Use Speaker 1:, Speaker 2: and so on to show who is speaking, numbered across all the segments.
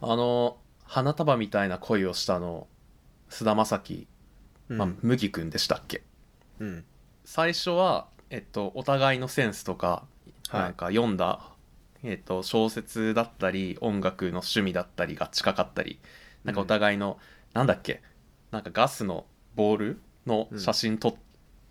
Speaker 1: あの花束みたいな恋をしたの菅田将暉、
Speaker 2: うん
Speaker 1: まあ、麦君でしたっけ
Speaker 2: うん
Speaker 1: 最初は、えっと、お互いのセンスとか
Speaker 2: はい
Speaker 1: なんか読んだ、えっと、小説だったり音楽の趣味だったりが近かったりなんかお互いの、なんだっけなんかガスのボールの写真撮っ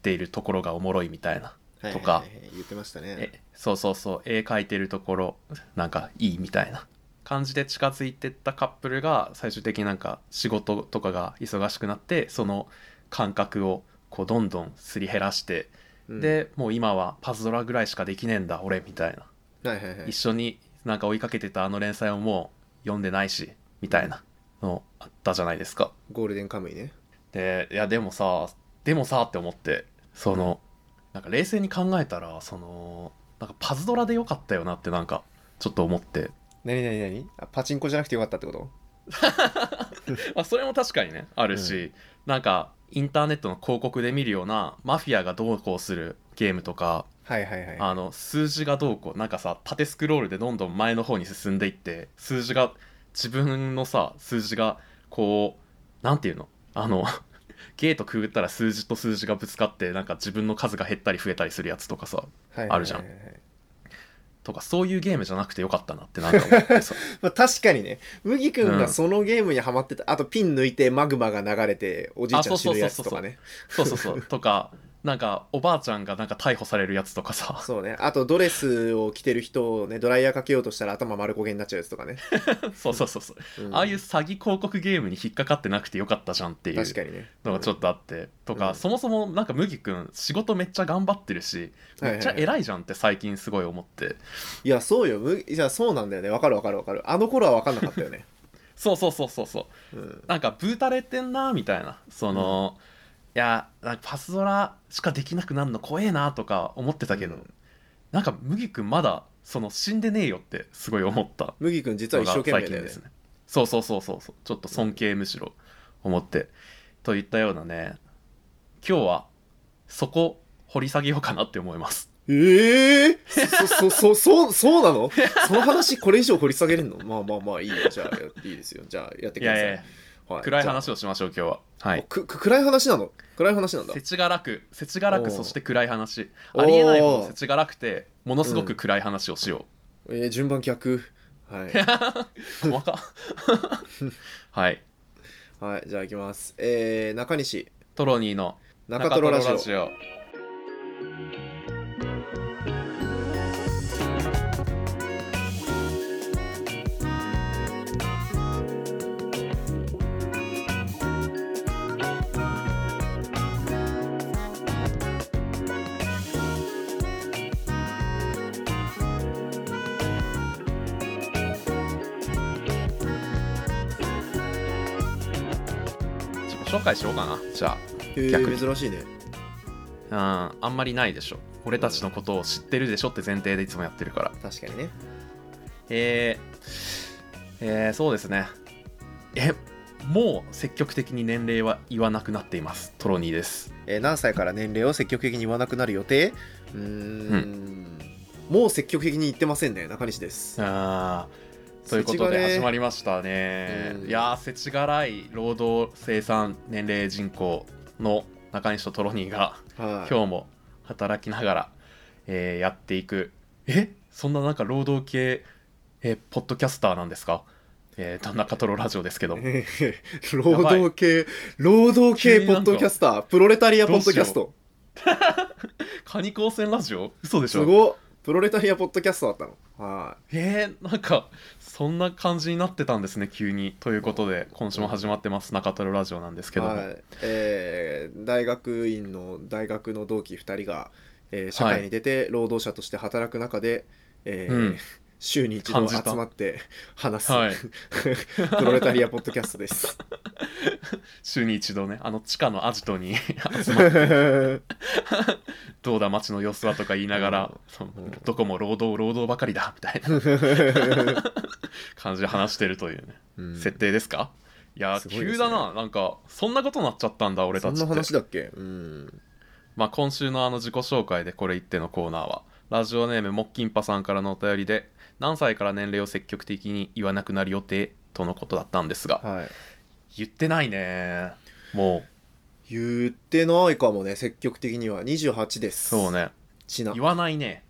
Speaker 1: ているところがおもろいみたいな、
Speaker 2: はい
Speaker 1: とか
Speaker 2: はいはいはい言ってましたね
Speaker 1: えそうそうそう絵描いてるところなんかいいみたいな感じで近づいてったカップルが最終的になんか仕事とかが忙しくなってその感覚をこうどんどんすり減らして、
Speaker 2: うん
Speaker 1: でもう今はパズドラぐらいしかできねえんだ俺みたいな、
Speaker 2: はいはいはい
Speaker 1: 一緒になんか追いかけてたあの連載をもう読んでないしみたいなのあったじゃないですか
Speaker 2: ゴールデンカムイね
Speaker 1: でいやでもさでもさって思ってそのなんか冷静に考えたらそのなんかパズドラでよかったよなってなんかちょっと思って、
Speaker 2: 何何何あパチンコじゃなくてよかったってこと
Speaker 1: まあ、それも確かにねあるし、なんかインターネットの広告で見るようなマフィアがどうこうするゲームとか
Speaker 2: はいはいはい
Speaker 1: あの数字がどうこうなんかさ縦スクロールでどんどん前の方に進んでいって数字が自分のさ数字がこうなんていうのあの ゲートくぐったら数字と数字がぶつかってなんか自分の数が減ったり増えたりするやつとかさ
Speaker 2: はいはいはいはい
Speaker 1: あるじゃんとかそういうゲームじゃなくてよかったなってなんか思って さ
Speaker 2: まあ、確かにね麦君
Speaker 1: う
Speaker 2: が
Speaker 1: ん
Speaker 2: そのゲームにはまってた、あとピン抜いてマグマが流れておじいちゃん死ぬやつとかね
Speaker 1: そうそうそうとかなんかおばあちゃんがなんか逮捕されるやつとかさ
Speaker 2: そうねあとドレスを着てる人をねドライヤーかけようとしたら頭丸焦げになっちゃうやつとかね、
Speaker 1: そうそうそうそう、
Speaker 2: うん
Speaker 1: ああいう詐欺広告ゲームに引っかかってなくてよかったじゃんっていう
Speaker 2: 確かにね
Speaker 1: のがちょっとあってとか、
Speaker 2: うん
Speaker 1: そもそもなんか麦君仕事めっちゃ頑張ってるし
Speaker 2: は
Speaker 1: め
Speaker 2: いはいはい
Speaker 1: っちゃ偉いじゃんって最近すごい思って、
Speaker 2: いやそうよむいやそうなんだよねわかるわかるわかるあの頃はわかんなかったよね、
Speaker 1: そうそうそうそうそう
Speaker 2: うん、
Speaker 1: なんかブータれてんなみたいなその、いやなんかパズドラしかできなくなるの怖えなとか思ってたけど、
Speaker 2: うん
Speaker 1: なんか麦君まだその死んでねえよってすごい思った
Speaker 2: 麦君実は
Speaker 1: の
Speaker 2: 一
Speaker 1: が
Speaker 2: 生懸
Speaker 1: 最
Speaker 2: 命
Speaker 1: 近
Speaker 2: だよ
Speaker 1: で
Speaker 2: ね
Speaker 1: すねそうそうそうそうそうちょっと尊敬むしろ思ってといったようなね今日はそこ掘り下げようかなって思います
Speaker 2: ええー、そそそそうそうなのその話これ以上掘り下げるのまあまあまあいいよじゃあやっていいですよじゃあやって
Speaker 1: い
Speaker 2: くだ
Speaker 1: や
Speaker 2: さい
Speaker 1: いやいや
Speaker 2: は
Speaker 1: 暗い
Speaker 2: じゃあ
Speaker 1: 話をしましょう今日ははい
Speaker 2: くく暗い話なの暗い話なんだ
Speaker 1: せちがらくせちがら
Speaker 2: おう
Speaker 1: くそして暗い話
Speaker 2: おう
Speaker 1: ありえないほどせちがらくてものすごく暗い話をしよ、
Speaker 2: えー、順番逆はいう
Speaker 1: 細か はい
Speaker 2: はい、じゃあ行きます。えー、中西、
Speaker 1: トロニーの
Speaker 2: 中トロラジオ。
Speaker 1: オ自己紹介しようかなじゃあ
Speaker 2: えー
Speaker 1: 逆に
Speaker 2: 珍しいね。
Speaker 1: うん、あんまりないでしょ俺たちのことを知ってるでしょって前提でいつもやってるから
Speaker 2: 確かにね。
Speaker 1: えー、えーそうですねえもう積極的に年齢は言わなくなっていますトロニーです
Speaker 2: えー何歳から年齢を積極的に言わなくなる予定うーん。もう積極的に言ってませんね、中西です。
Speaker 1: あーということで始まりましたね
Speaker 2: うん
Speaker 1: いやーせちがらい労働生産年齢人口の中西とトロニーが
Speaker 2: り、はい、
Speaker 1: 今日も働きながら、えーやっていくえそんななんか労働系、えーポッドキャスターなんですかえー、田中トロラジオですけども
Speaker 2: えー 労働系、労働
Speaker 1: 急
Speaker 2: 系
Speaker 1: に
Speaker 2: ポ
Speaker 1: なんか
Speaker 2: ッドキャスター、プロレタリアポッドキャスト。
Speaker 1: カニ光線ラジオ嘘でし
Speaker 2: す
Speaker 1: ょ
Speaker 2: ごっプロレタリアポッドキャストだったの。は
Speaker 1: えー、なんかそんな感じになってたんですね急にということで今週も始まってます中トロラジオなんです
Speaker 2: い。
Speaker 1: けども、
Speaker 2: はいえー大学院の大学の同期2人が、えー社会に出て労働者として働く中で、えー
Speaker 1: うん
Speaker 2: 週に一
Speaker 1: 感
Speaker 2: 度
Speaker 1: じ
Speaker 2: 集
Speaker 1: た
Speaker 2: まって話す、
Speaker 1: はい
Speaker 2: プロレタリアポッドキャストです。
Speaker 1: 週に一度ねあの地下のアジトに 集まって
Speaker 2: は
Speaker 1: どうだ街の様子はとか言いながら、そう
Speaker 2: うん
Speaker 1: どこも労働労働ばかりだみたいな感じで話してるというね、
Speaker 2: うん
Speaker 1: 設定ですかいやー
Speaker 2: すごいですね
Speaker 1: 急だななんかそんなことなっちゃったんだ俺た
Speaker 2: そん
Speaker 1: ち
Speaker 2: な
Speaker 1: って
Speaker 2: 話だっけうん。
Speaker 1: まあ、今週のあの自己紹介でこれ言ってのコーナーはラジオネームもっきんぱさんからのお便りで何歳から年齢を積極的に言わなくなる予定とのことだったんですが
Speaker 2: はい
Speaker 1: 言ってないねも
Speaker 2: 言ってないかもね積極的には28で
Speaker 1: う
Speaker 2: す
Speaker 1: そうね
Speaker 2: ちな
Speaker 1: 言わないね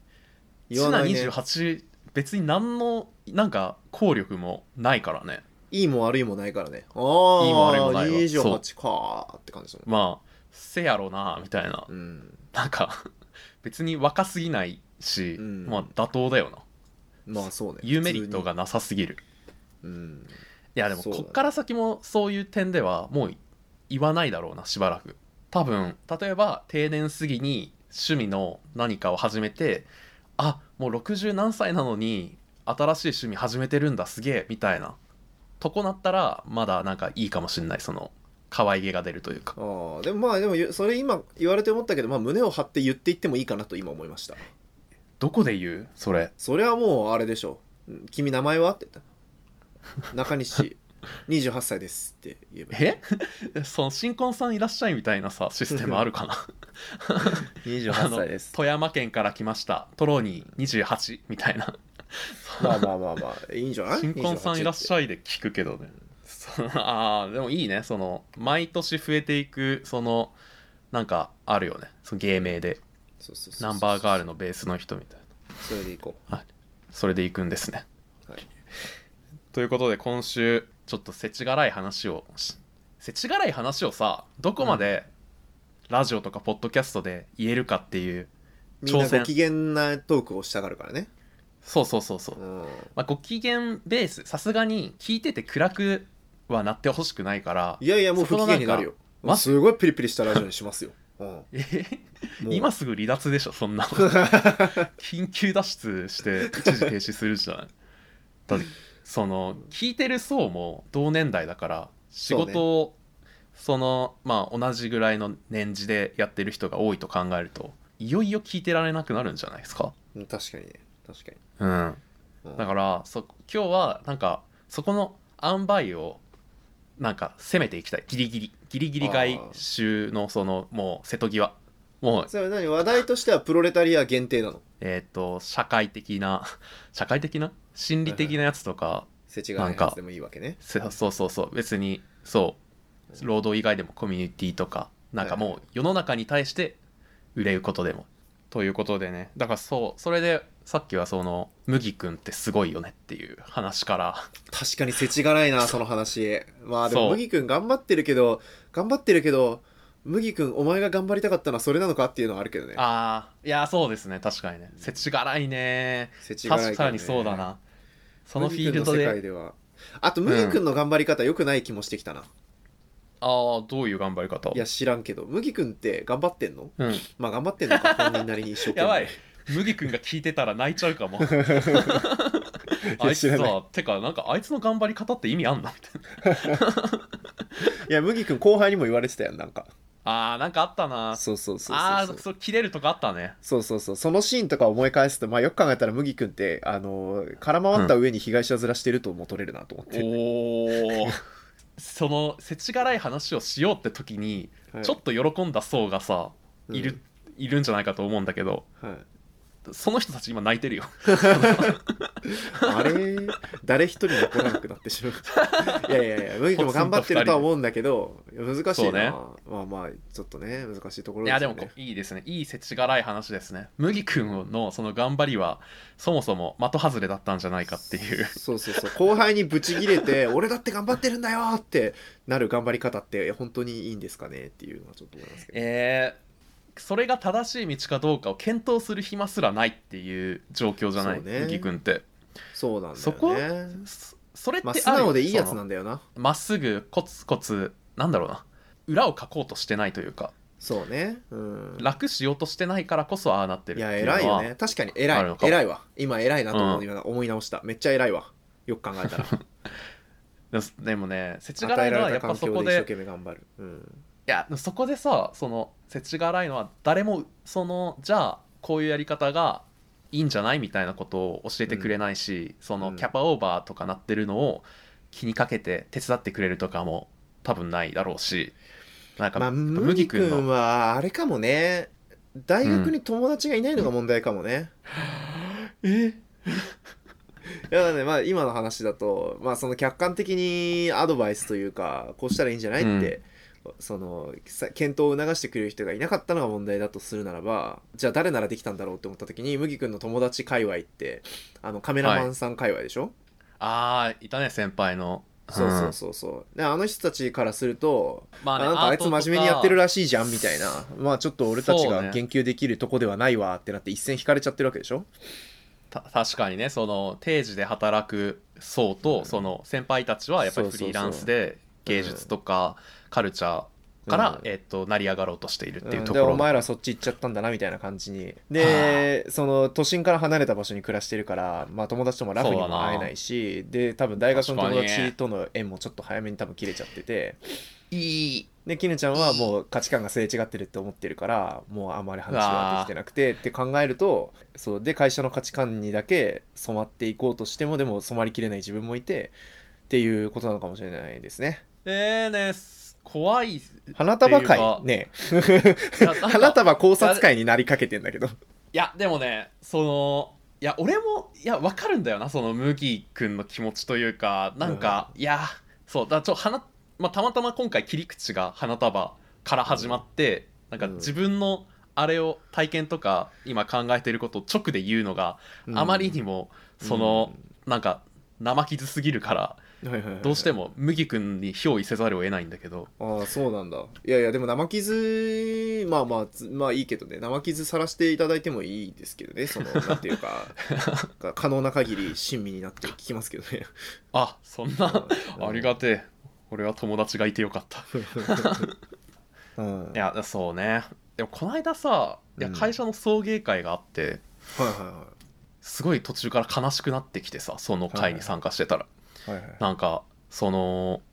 Speaker 2: 言わない
Speaker 1: チ
Speaker 2: ね
Speaker 1: ナ28別に何のなんか効力もないからね
Speaker 2: いいも悪いもないからねああ
Speaker 1: いいも悪いもないわ
Speaker 2: 28かーって感じだもん
Speaker 1: まあせやろなみたいな
Speaker 2: うん
Speaker 1: なんか別に若すぎないし、
Speaker 2: うん
Speaker 1: まあ妥当だよな
Speaker 2: まあそうね
Speaker 1: 言うメリットがなさすぎる
Speaker 2: 普通にうん
Speaker 1: いやでも
Speaker 2: そうだね
Speaker 1: こっから先もそういう点ではもう言わないだろうなしばらく多分例えば定年過ぎに趣味の何かを始めてあもう60何歳なのに新しい趣味始めてるんだすげえみたいなとこなったらまだなんかいいかもしんないその可愛げが出るというか
Speaker 2: ああでもまあでもゆそれ今言われて思ったけど、まあ、胸を張って言っていってもいいかなと今思いました
Speaker 1: どこで言うそれ
Speaker 2: それはもうあれでしょうん君名前はって言った中 西28歳ですって言えばいい
Speaker 1: え その新婚さんいらっしゃいみたいなさシステムあるかな
Speaker 2: 28歳です
Speaker 1: 富山県から来ましたトロニー28みたいな
Speaker 2: まあまあまあまあいいんじゃない
Speaker 1: 新婚さんいらっし
Speaker 2: ゃ
Speaker 1: ゃいで聞くけどねそ あーでもいいねその毎年増えていくそのなんかあるよねその芸名でナンバーガール
Speaker 2: の
Speaker 1: のベースの人みたいな
Speaker 2: それでいこ
Speaker 1: それでいくんですね、
Speaker 2: はい
Speaker 1: ということで今週ちょっとせちがらい話をしせちがらい話をさどこまでラジオとかポッドキャストで言えるかっていう
Speaker 2: うみんな
Speaker 1: 挑戦
Speaker 2: ご機嫌なトークをしたがるからね
Speaker 1: そうそうそうそう
Speaker 2: うん
Speaker 1: まあ、ご機嫌ベースさすがに聞いてて暗くはなってほしくない から
Speaker 2: いやいやもう不機嫌になるよ
Speaker 1: そこのなんか
Speaker 2: すごいピリピリしたラジオにしますよ、うん、も
Speaker 1: え
Speaker 2: う
Speaker 1: 今すぐ離脱でしょそんなの 緊急脱出して一時停止するじゃないだってその聞いてる層も同年代だから仕
Speaker 2: そうね
Speaker 1: 事をそのまあ同じぐらいの年次でやってる人が多いと考えるといよいよ聞いてられなくなるんじゃないですか
Speaker 2: うん確かにね確かに、
Speaker 1: うん
Speaker 2: うん
Speaker 1: だからそ今日はなんかそこの塩梅をなんか攻めていきたいギリギリギリギリ外周のそのもう瀬戸際もう
Speaker 2: それは何話題としてはプロレタリア限定なの
Speaker 1: えっ、と社会的な 社会的な心理的なやつとか
Speaker 2: 世知がないやつでもいいわけね
Speaker 1: せそうそうそう別にそう労働以外でもコミュニティとかなんかもう世の中に対して売れることでもということでねだからそうそれでさっきはその麦君ってすごいよねっていう話から
Speaker 2: 確かに世知がないなその話まあで
Speaker 1: そ
Speaker 2: も
Speaker 1: う
Speaker 2: 麦君頑張ってるけど頑張ってるけど麦君お前が頑張りたかったのはそれなのかっていうのはあるけどね
Speaker 1: ああいやそうですね確かにねせちがらいね
Speaker 2: 世知
Speaker 1: 確
Speaker 2: 辛い
Speaker 1: か
Speaker 2: けどね
Speaker 1: さらにそうだなそのフィールド
Speaker 2: 麦君
Speaker 1: で
Speaker 2: の世界ではあと麦君の頑張り方良くない気もしてきたな、
Speaker 1: ああどういう頑張り方
Speaker 2: いや知らんけど麦君って頑張ってんの
Speaker 1: うん、
Speaker 2: まあ頑張ってんの か本人なりに一生懸命
Speaker 1: やばい麦君が聞いてたら泣いちゃう かもあい
Speaker 2: 知
Speaker 1: つ
Speaker 2: らない
Speaker 1: さてかなんかあいつの頑張り方って意味あんなみたいない
Speaker 2: や麦君後輩にも言われてたやんなんか
Speaker 1: あーなんかあったな
Speaker 2: そうそうそう
Speaker 1: あ
Speaker 2: そう
Speaker 1: あそう切れるとかあったね
Speaker 2: そうそうそうそのシーンとか思い返すと、まあ、よく考えたら麦君ってあの空回った上に被害者面してるとも取れるなと思って、
Speaker 1: おおそのせちがらい話をしようって時に、
Speaker 2: はい
Speaker 1: ちょっと喜んだ層がさ
Speaker 2: うん
Speaker 1: いる、いるんじゃないかと思うんだけど
Speaker 2: はい
Speaker 1: その人たち今泣いてるよ。
Speaker 2: あれ誰一人残らなくなってしま ういやいやいや麦君も頑張ってるとは思うんだけどいや難しいな、まあまあちょっとね難しいところ
Speaker 1: い
Speaker 2: ですよ
Speaker 1: や
Speaker 2: ね
Speaker 1: でもこいいですね。いいせちがらい話ですね。麦君のその頑張りはそもそも的外れだったんじゃないかっていう。
Speaker 2: そうそうそう後輩にブチギレて「 俺だって頑張ってるんだよ!」ってなる頑張り方って本当にいいんですかねっていうのはちょっと思いますけど
Speaker 1: えーそれが正しい道かどうかを検討する暇すらないっていう状況じゃない、
Speaker 2: そうね
Speaker 1: 麦君って
Speaker 2: そうなんだよね
Speaker 1: そこそそれって
Speaker 2: まあ素
Speaker 1: あるよ
Speaker 2: 直でいいやつな
Speaker 1: その
Speaker 2: んだよな
Speaker 1: まっすぐコツコツなんだろうな裏をかこうとしてないというか
Speaker 2: そうねうん
Speaker 1: 楽しようとしてないからこそああなってる
Speaker 2: い
Speaker 1: って
Speaker 2: や
Speaker 1: いうのは
Speaker 2: 偉いよね確かに偉
Speaker 1: ある
Speaker 2: い
Speaker 1: のか
Speaker 2: 偉いわ今偉いなと思,、
Speaker 1: う
Speaker 2: 思い直しためっちゃ偉いわよく考えたら
Speaker 1: でもでもねせちがら
Speaker 2: 与え
Speaker 1: いの
Speaker 2: ら
Speaker 1: は
Speaker 2: れ
Speaker 1: や
Speaker 2: た
Speaker 1: っぱ
Speaker 2: 環
Speaker 1: そ
Speaker 2: 境
Speaker 1: こ
Speaker 2: で一生
Speaker 1: で
Speaker 2: 懸命頑張る、うん、
Speaker 1: いやそこでさその世知辛いのは誰もそのじゃあこういうやり方がいいんじゃないみたいなことを教えてくれないし、そうの
Speaker 2: ん
Speaker 1: キャパオーバーとかなってるのを気にかけて手伝ってくれるとかも多分ないだろうしなんか、
Speaker 2: まあ
Speaker 1: 麦
Speaker 2: 麦
Speaker 1: 君の
Speaker 2: 君はあれかもね 大学に友達がいないのが問題かもね、
Speaker 1: え
Speaker 2: やだね、まあ今の話だと、まあその客観的にアドバイスというか、こうしたらいいんじゃないって、その、さ検討を促してくれる人がいなかったのが問題だとするならば、じゃあ誰ならできたんだろうって思った時に、麦君の友達界隈って、あのカメラマンさん界隈でしょ、
Speaker 1: ああいたね先輩の
Speaker 2: そうそうそうそう。で、あの人たちからすると、あなんかあいつ真面目にやってる
Speaker 1: ら
Speaker 2: らしいじゃんみたいなまあちょっと俺たち
Speaker 1: そう
Speaker 2: が
Speaker 1: ね
Speaker 2: 言及できるとこではないわってなって一線引かれちゃってるわけでしょ
Speaker 1: た確かにねその定時で働く層と、
Speaker 2: うん
Speaker 1: その先輩たちはやっぱり
Speaker 2: そう
Speaker 1: フ
Speaker 2: そうそう
Speaker 1: リーランスで芸術とかカルチャーから、
Speaker 2: うん
Speaker 1: えっと成り上がろうとしているっていう
Speaker 2: うん
Speaker 1: とこ
Speaker 2: で
Speaker 1: ろ、
Speaker 2: お前らそっち行っちゃったんだなみたいな感じにでその都心から離れた場所に暮らしてるから、まあ、友達ともラフに
Speaker 1: そうだ
Speaker 2: も
Speaker 1: な
Speaker 2: 会えないしで多分大学の
Speaker 1: 確
Speaker 2: 友
Speaker 1: かに
Speaker 2: 達との縁もちょっと早めに多分切れちゃってて
Speaker 1: いい
Speaker 2: できぬちゃんはもう価値観がすれ違ってるって思ってるからもうあまり話はできてなくてって考えるとそうで会社の価値観にだけ染まっていこうとしてもでも染まりきれない自分もいてっていうことなのかもしれないですね。
Speaker 1: えー、ねす怖いい
Speaker 2: 花束
Speaker 1: っていうか
Speaker 2: 会ね
Speaker 1: やなんか
Speaker 2: 花束考察会になりかけてんだけど。
Speaker 1: いやでもねそのいや俺もいやわかるんだよなその麦君の気持ちというかなんか、いやそうだからちょ花、まあ、たまたま今回切り口が花束から始まって、なん
Speaker 2: うん
Speaker 1: か自分のあれを体験とか今考えてることを直で言うのが、あまりに
Speaker 2: も
Speaker 1: もその、なんか生傷すぎるからどうして
Speaker 2: も
Speaker 1: も麦君に憑依せざるを得ないんだけど
Speaker 2: ああそうなんだいやいやでも生傷まあまあつまあいいけどね生傷さらしていただいてもいいですけどねそ のなんていうかか可能な限り親身になって聞きますけどね
Speaker 1: あそんな ありがてえ俺は友達がいてよかった
Speaker 2: うんうん
Speaker 1: いやそうねでもこの間さいや
Speaker 2: うん
Speaker 1: 会社の送迎会があって、
Speaker 2: はいは
Speaker 1: すごい途中から悲しくなってきてさその会に参加してたら、
Speaker 2: いはいはいはい
Speaker 1: なんかその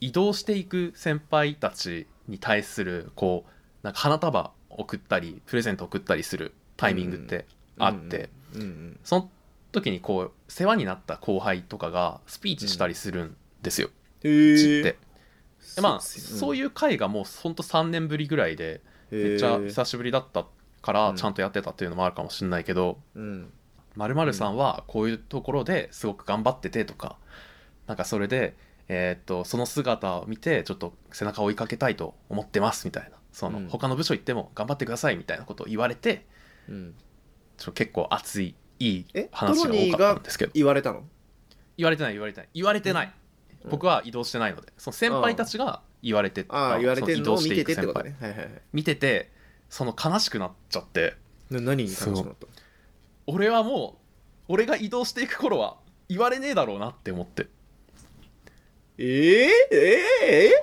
Speaker 1: 移動していく先輩たちに対するこうなんか花束送ったりプレゼント送ったりするタイミングってあって、
Speaker 2: うんうん
Speaker 1: その時にこう世話になった後輩とかがスピーチしたりするんですよ、
Speaker 2: へ
Speaker 1: うち
Speaker 2: ー
Speaker 1: って。でまあ
Speaker 2: す
Speaker 1: そういう会がもうほんと3年ぶりぐらいで
Speaker 2: うん
Speaker 1: めっちゃ
Speaker 2: へー
Speaker 1: 久しぶりだったか
Speaker 2: う
Speaker 1: ら
Speaker 2: ん
Speaker 1: ちゃんとやってたっていうのもあるかもしれないけど、
Speaker 2: うん
Speaker 1: まるまるさんはこういうところですごく頑張っててとか、なんかそれで、えーっとその姿を見てちょっと背中を追いかけたいと思ってますみたいなその、
Speaker 2: うん
Speaker 1: 他の部署行っても頑張ってくださいみたいなことを言われて
Speaker 2: うん
Speaker 1: ちょっと結構熱いいい
Speaker 2: え
Speaker 1: 話が多かったんですけど
Speaker 2: 言われたの
Speaker 1: 言われてない言われてない言われてない、
Speaker 2: うん
Speaker 1: 僕は移動してないのでその先輩たちが言われて
Speaker 2: ああ言われて
Speaker 1: そ移
Speaker 2: るの
Speaker 1: 動
Speaker 2: を
Speaker 1: し
Speaker 2: 見
Speaker 1: て
Speaker 2: て
Speaker 1: い
Speaker 2: て
Speaker 1: く
Speaker 2: って
Speaker 1: 先輩
Speaker 2: ことねはいはいはい
Speaker 1: 見ててその悲しくなっちゃって
Speaker 2: な何に楽しくなった
Speaker 1: 俺はもう俺が移動していく頃は言われねえだろうなって思って
Speaker 2: えー、え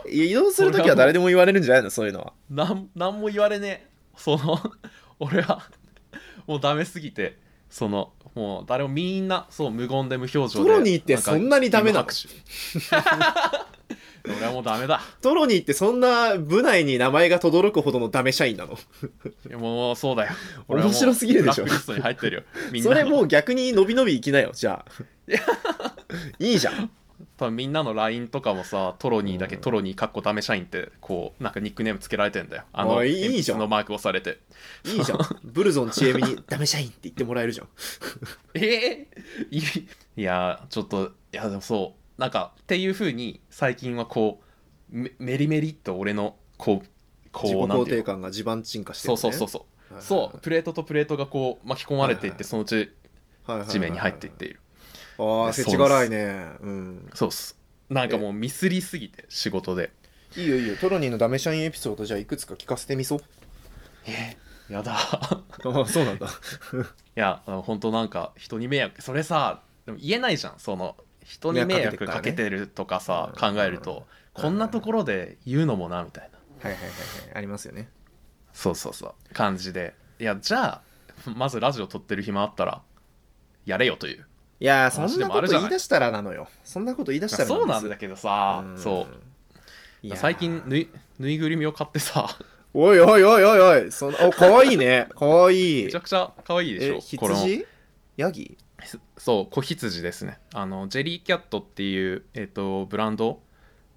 Speaker 2: ー、えー、移動するときは誰でも言われるんじゃないのそういうのは。
Speaker 1: なんなんも言われねえその 俺はもうダメすぎてそのもう誰もみんなそう無言で無表情で
Speaker 2: トロニーってそんなにダメなの
Speaker 1: の 俺はもうダメだ
Speaker 2: トロニーってそんな部内に名前が轟くほどのダメ社員 なの
Speaker 1: いやもうそうだよ俺はも
Speaker 2: 面
Speaker 1: う
Speaker 2: 白すぎるでしょ
Speaker 1: ブラックリストに入ってるよみんな
Speaker 2: そ
Speaker 1: の
Speaker 2: れもう逆に伸び伸びいきなよじゃ あいいじゃん
Speaker 1: 多分みんなの LINE とかもさトロニーだけ
Speaker 2: うん
Speaker 1: トロニーかっこダメ社員ってこうなんかニックネームつけられてんだよあ
Speaker 2: あ
Speaker 1: の
Speaker 2: いいいいじゃん
Speaker 1: 鉛筆のマークをされて
Speaker 2: いいじゃ んブルゾンちえみにダメ社員って言ってもらえ るじゃん
Speaker 1: ええいいやーちょっといやでもそうなんかっていう風に最近はこうめメリメリっと俺のこう
Speaker 2: 自己
Speaker 1: こうなん
Speaker 2: 肯
Speaker 1: ていう
Speaker 2: 定
Speaker 1: の
Speaker 2: 感が地盤沈下して
Speaker 1: そうそうそうそううそうプレートとプレートがこう巻き込まれていっ
Speaker 2: はいは
Speaker 1: て
Speaker 2: い
Speaker 1: そのうち地面に入っていっている
Speaker 2: ああ
Speaker 1: で
Speaker 2: せちがらいねうん
Speaker 1: そうっすなんかもうミスりすぎて仕事で
Speaker 2: いいよいいよトロニーのダメ社員エピソードじゃあいくつか聞かせてみそう
Speaker 1: えーやだ
Speaker 2: ああそうなんだ
Speaker 1: いやあの本当なんか人に迷惑それさでも言えないじゃんその人に迷惑かけてるとかさ
Speaker 2: 迷惑かけてるからね
Speaker 1: 考えるとこんなところで言うのもなみたいな
Speaker 2: はいはいはいはいありますよね
Speaker 1: そうそうそう感じでいやじゃあまずラジオ撮ってる暇あったらやれよという
Speaker 2: いやーそ
Speaker 1: 話
Speaker 2: ん
Speaker 1: で
Speaker 2: な
Speaker 1: もあ
Speaker 2: こ
Speaker 1: る
Speaker 2: と
Speaker 1: じゃ
Speaker 2: 言
Speaker 1: ない
Speaker 2: い出したらなのよそんなこと言い出したら
Speaker 1: そうな
Speaker 2: で
Speaker 1: ん
Speaker 2: す
Speaker 1: だけどさ
Speaker 2: うん
Speaker 1: そう
Speaker 2: いやー
Speaker 1: 最近ぬいぬいぐるみを買ってさ
Speaker 2: おいおいおいおいおいそのおかわいいね かわいい
Speaker 1: めちゃくちゃ可愛いでしょ
Speaker 2: え
Speaker 1: これも
Speaker 2: 羊ヤギ
Speaker 1: そう子羊ですねあのジェリーキャットっていう、えっとブランド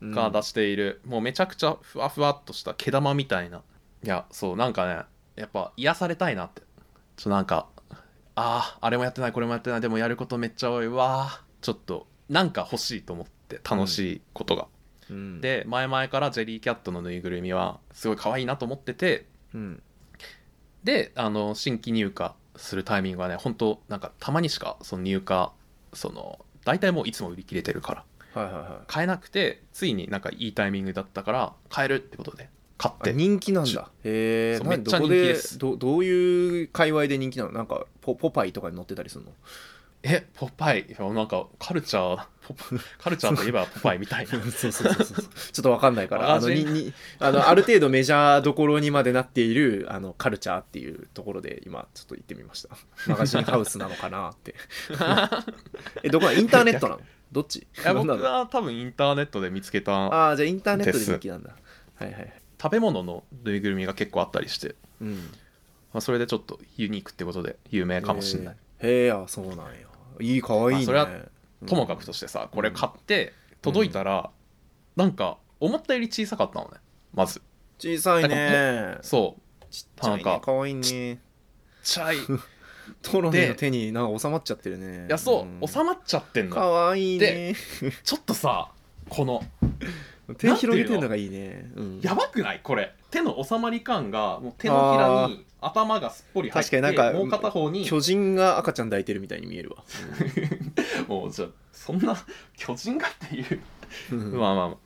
Speaker 1: が出している、もうめちゃくちゃふわふわっとした毛玉みたいないやそうなんかねやっぱ癒されたいなってちょなんかあああれもやってないこれもやってないでもやることめっちゃ多いわーちょっとなんか欲しいと思って楽しいことが、
Speaker 2: うん、、
Speaker 1: で前々からジェリーキャットのぬいぐるみはすごい可愛いなと思ってて
Speaker 2: うん、
Speaker 1: であの新規入荷するタイミングはね本当なんかたまにしかその入荷その大体もういつも売り切れてるから
Speaker 2: はいはいは
Speaker 1: 買えなくてついになんかいいタイミングだったから買えるってことで買っ
Speaker 2: いあ
Speaker 1: て
Speaker 2: 人気なんだへえ
Speaker 1: そう
Speaker 2: 何
Speaker 1: めっちゃ
Speaker 2: どこ
Speaker 1: 人気
Speaker 2: で
Speaker 1: です
Speaker 2: どどういう界隈で人気なのなんかポポパイとかに載ってたりす るの
Speaker 1: えポパイいやなんかカルチャーポ パカルチャーといえばポパイみたいな
Speaker 2: そうそうそうそうちょっとわかんないからあの
Speaker 1: マジ
Speaker 2: ににあのある程度メジャーどころにまでなっているあのカルチャーっていうところで今ちょっと行ってみましたマガジンハウスなのかなって えどこなのインターネットなのどっち
Speaker 1: いや
Speaker 2: なん
Speaker 1: 僕
Speaker 2: だろう
Speaker 1: は多分インターネットで見つけた
Speaker 2: ああじゃあインターネットで人気なんだはいはいはい
Speaker 1: 食べ物のぬいぐるみが結構あったりして、
Speaker 2: うん
Speaker 1: まあ、それでちょっとユニークってことで有名かもしれない、
Speaker 2: へえあそうなんやいいかわいい
Speaker 1: ま
Speaker 2: ね
Speaker 1: あそれはともかくとしてさこれ買って届いたら、なんか思ったより小さかったのねまず
Speaker 2: 小さいね
Speaker 1: そう
Speaker 2: ちっちゃい
Speaker 1: なん
Speaker 2: ね
Speaker 1: か
Speaker 2: かわいいね
Speaker 1: ちゃいい
Speaker 2: トロニー
Speaker 1: で
Speaker 2: の手になんか収まっちゃってるね
Speaker 1: やそう、
Speaker 2: ん
Speaker 1: 収まっちゃってん
Speaker 2: か
Speaker 1: の
Speaker 2: わいいね
Speaker 1: でちょっとさこの
Speaker 2: 手広げてんのがいいねうん
Speaker 1: やばくないこれ手の収まり感がもう手のひらに頭がすっぽり入って
Speaker 2: 確かになんか
Speaker 1: もう片方に
Speaker 2: 巨人が赤ちゃん抱いてるみたいに見えるわ、
Speaker 1: もうじゃあそんな巨人がって いう
Speaker 2: うん
Speaker 1: まあまあまあ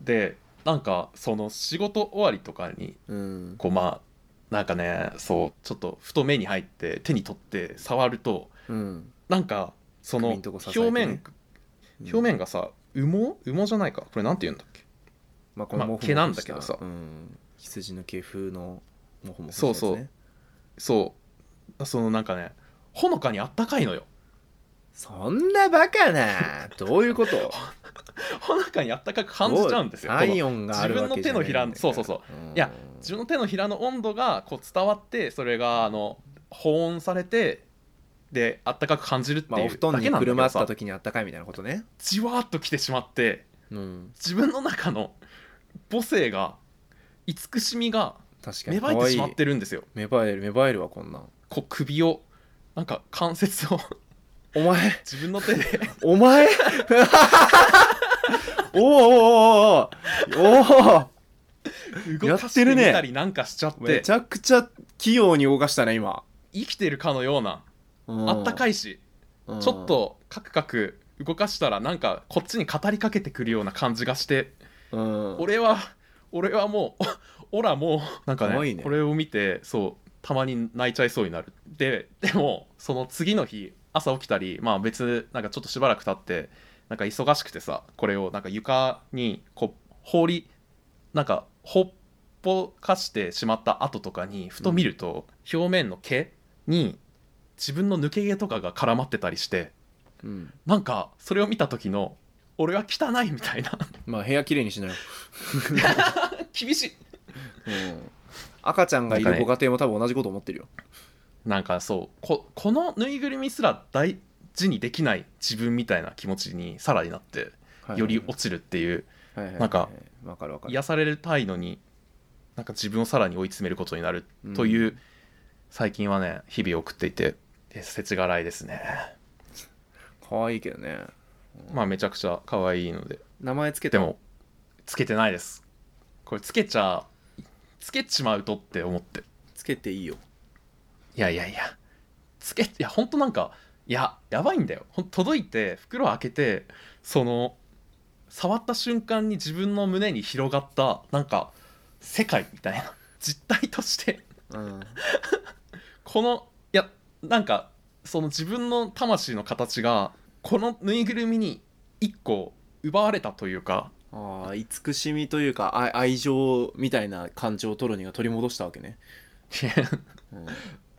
Speaker 1: でなんかその仕事終わりとかに
Speaker 2: うん、
Speaker 1: こうまあなんかねそうちょっとふと目に入って手に取って触ると
Speaker 2: うん、
Speaker 1: なんかその
Speaker 2: 首んとこ支えて
Speaker 1: 表
Speaker 2: ね
Speaker 1: 面、表、面がさ羽毛羽毛じゃないかこれなんて言うんだっけ
Speaker 2: まあ、この
Speaker 1: まあ
Speaker 2: モフモフ
Speaker 1: 毛なんだけどさ
Speaker 2: したうん、羊の毛風のモフモフ
Speaker 1: そうそう
Speaker 2: したやつね
Speaker 1: そうそのなんかねほのかにあったかいのよ
Speaker 2: そんなバカなどういうこと
Speaker 1: ほのかにあったかく感じちゃうんですよこの
Speaker 2: 体温があるわけじゃないんだか
Speaker 1: 自分の手のひら
Speaker 2: ら
Speaker 1: のそうそうそ
Speaker 2: うん
Speaker 1: いや自分の手のひらの温度がこう伝わってそれがあの保温されてであったかく感じるって
Speaker 2: まあ、
Speaker 1: い
Speaker 2: お
Speaker 1: う
Speaker 2: 布
Speaker 1: だ
Speaker 2: 団
Speaker 1: け
Speaker 2: に
Speaker 1: なんだ
Speaker 2: く
Speaker 1: け
Speaker 2: るま
Speaker 1: ど
Speaker 2: った
Speaker 1: さ
Speaker 2: 時にあったかいみたいなことね
Speaker 1: じわーっと来てしまって
Speaker 2: うん
Speaker 1: 自分の中の母性が慈しみが
Speaker 2: 確か
Speaker 1: 芽
Speaker 2: に
Speaker 1: 生えてしまっ
Speaker 2: る
Speaker 1: てるんですよ
Speaker 2: 芽生える芽生えるわこんなん
Speaker 1: こう首をなんか関節を
Speaker 2: お前
Speaker 1: 自分の手で
Speaker 2: お前 おおおーおーおーおお
Speaker 1: 動かしてみたりなんかしちゃって
Speaker 2: めちゃくちゃ器用に動かしたね今、
Speaker 1: 生きてるかのようなあったか
Speaker 2: い、
Speaker 1: いし
Speaker 2: うん
Speaker 1: ちょっとカクカク動かしたらなんかこっちに語りかけてくるような感じがして
Speaker 2: うん
Speaker 1: 俺は俺はもう おオラもうなんか
Speaker 2: 可
Speaker 1: ね
Speaker 2: 愛いね
Speaker 1: これを見てそうたまに泣いちゃいそうになるででもその次の日朝起きたりまあ別なんかちょっとしばらく経ってなんか忙しくてさこれをなんか床にこう放りなんかほっぽかしてしまった後とかにふと見ると、表面の毛に自分の抜け毛とかが絡まってたりして
Speaker 2: うん
Speaker 1: なんかそれを見た時の俺は汚いみたいな
Speaker 2: まあ部屋きれいにしなよ、
Speaker 1: 厳しい
Speaker 2: うん赤ちゃんがいるご家庭も多分同じこと思ってるよ、
Speaker 1: なんかそうここのぬいぐるみすら大事にできない自分みたいな気持ちにさらになって
Speaker 2: はい
Speaker 1: より落ちるっていう、
Speaker 2: はいはいはい
Speaker 1: なんか
Speaker 2: わかるわかる
Speaker 1: 癒されたいのになんか自分をさらに追い詰めることになるという、最近はね日々を送っていてえ世知辛いですね
Speaker 2: 可愛いけどね
Speaker 1: まあめちゃくちゃ可愛いので
Speaker 2: 名前つけて
Speaker 1: でもつけてないですこれつけちゃつけちまうとって思って
Speaker 2: つけていいよ
Speaker 1: いやいやいやつけいやほんとなんかいややばいんだよほん届いて袋開けてその触った瞬間に自分の胸に広がったなんか世界みたいな実体として
Speaker 2: うん
Speaker 1: このいやなんかその自分の魂の形がこのぬいぐるみに一個奪われたというか
Speaker 2: ああ慈しみというかあ愛情みたいな感情をトロニーが取り戻したわけね、
Speaker 1: いや
Speaker 2: うん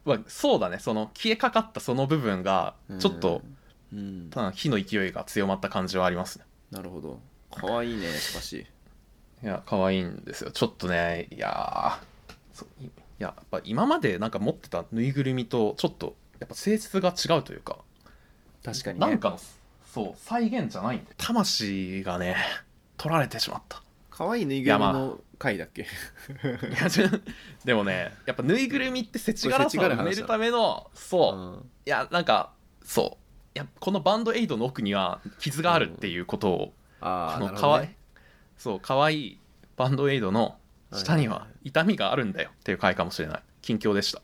Speaker 1: まあそうだねその消えかかったその部分がちょっと、
Speaker 2: うんうん
Speaker 1: ただ火の勢いが強まった感じはありますね
Speaker 2: なるほど可愛いねしかし
Speaker 1: いや可愛いんですよちょっとねいやーそういいややっぱ今までなんか持ってたぬいぐるみとちょっとやっぱ性質が違うというか
Speaker 2: 確かに、ね、
Speaker 1: なんかのそう再現じゃないんで魂がね取られてしまった
Speaker 2: 可愛いぬいぐ
Speaker 1: い
Speaker 2: る
Speaker 1: や
Speaker 2: み
Speaker 1: まあ
Speaker 2: の回だっけ
Speaker 1: いやちょでもねやっぱぬいぐるみってせちがらさを埋めるためのそう、い
Speaker 2: うん
Speaker 1: やなんかそういやこのバンドエイドの奥には傷があるっていうことを、
Speaker 2: あ
Speaker 1: こ
Speaker 2: あ、
Speaker 1: の
Speaker 2: なる
Speaker 1: か
Speaker 2: ほど
Speaker 1: わい
Speaker 2: ね
Speaker 1: そう可愛いバンドエイドの下に
Speaker 2: はい
Speaker 1: は
Speaker 2: はい
Speaker 1: 痛みがあるんだよっていう回かもしれない近況でした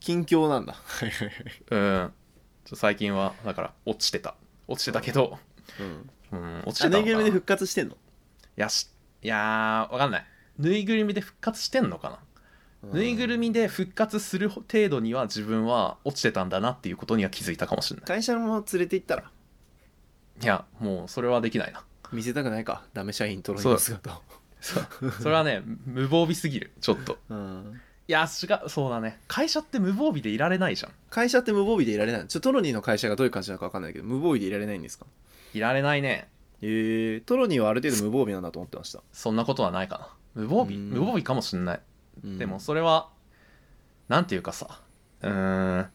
Speaker 2: 近況なんだ。はいはいはい
Speaker 1: うんちょ最近はだから落ちてた落ちてたけど、
Speaker 2: うん
Speaker 1: うん、落ち
Speaker 2: あ
Speaker 1: てた
Speaker 2: ぬ
Speaker 1: の
Speaker 2: いぐ
Speaker 1: か
Speaker 2: る
Speaker 1: な
Speaker 2: みで
Speaker 1: い
Speaker 2: 復活してんの
Speaker 1: やしいやーわかんないぬいぐるみで復活してんのかなぬいぐる
Speaker 2: み
Speaker 1: みで復活する程度には自分は落ちてたんだなっていうことには気づいたかもしれない
Speaker 2: 会社のもの連れて行ったら
Speaker 1: いやもうそれはできないな
Speaker 2: 見せたくないかダメ社員トロニーの姿を
Speaker 1: そうそれは ね無防備すぎるちょっと
Speaker 2: うん
Speaker 1: いや違うそうだね会社って無防備でいられないじゃん
Speaker 2: 会社って無防備でいられないのちょトロニーの会社がどういう感じなのか分かんないけど無防備でいられないんですか
Speaker 1: いられないね
Speaker 2: えー、トロニーはある程度無防備なんだと思ってました、
Speaker 1: そんなことはないかな無防備
Speaker 2: うん
Speaker 1: 無防備かもしれない、
Speaker 2: うん
Speaker 1: でもそれはなんていうかさうーん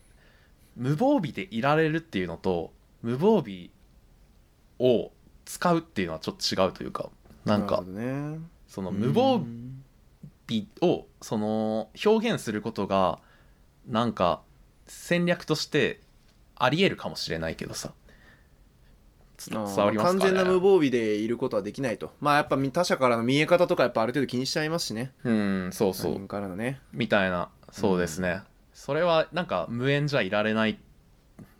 Speaker 1: 無防備でいられるっていうのと無防備を使うっていうのはちょっと違うというかなん
Speaker 2: る
Speaker 1: か
Speaker 2: ほどね
Speaker 1: その無防
Speaker 2: う
Speaker 1: 備
Speaker 2: ん
Speaker 1: 美をその表現することがなんか戦略としてありえるかもしれないけどさつ伝
Speaker 2: あー
Speaker 1: わります
Speaker 2: 完
Speaker 1: かね
Speaker 2: 全な無防備でいることはできないとまあやっぱ見他者からの見え方とかやっぱある程度気にしちゃいますしね
Speaker 1: うんそうそう
Speaker 2: 他人からのね
Speaker 1: みたいなそうですね、それはなんか無縁じゃいられない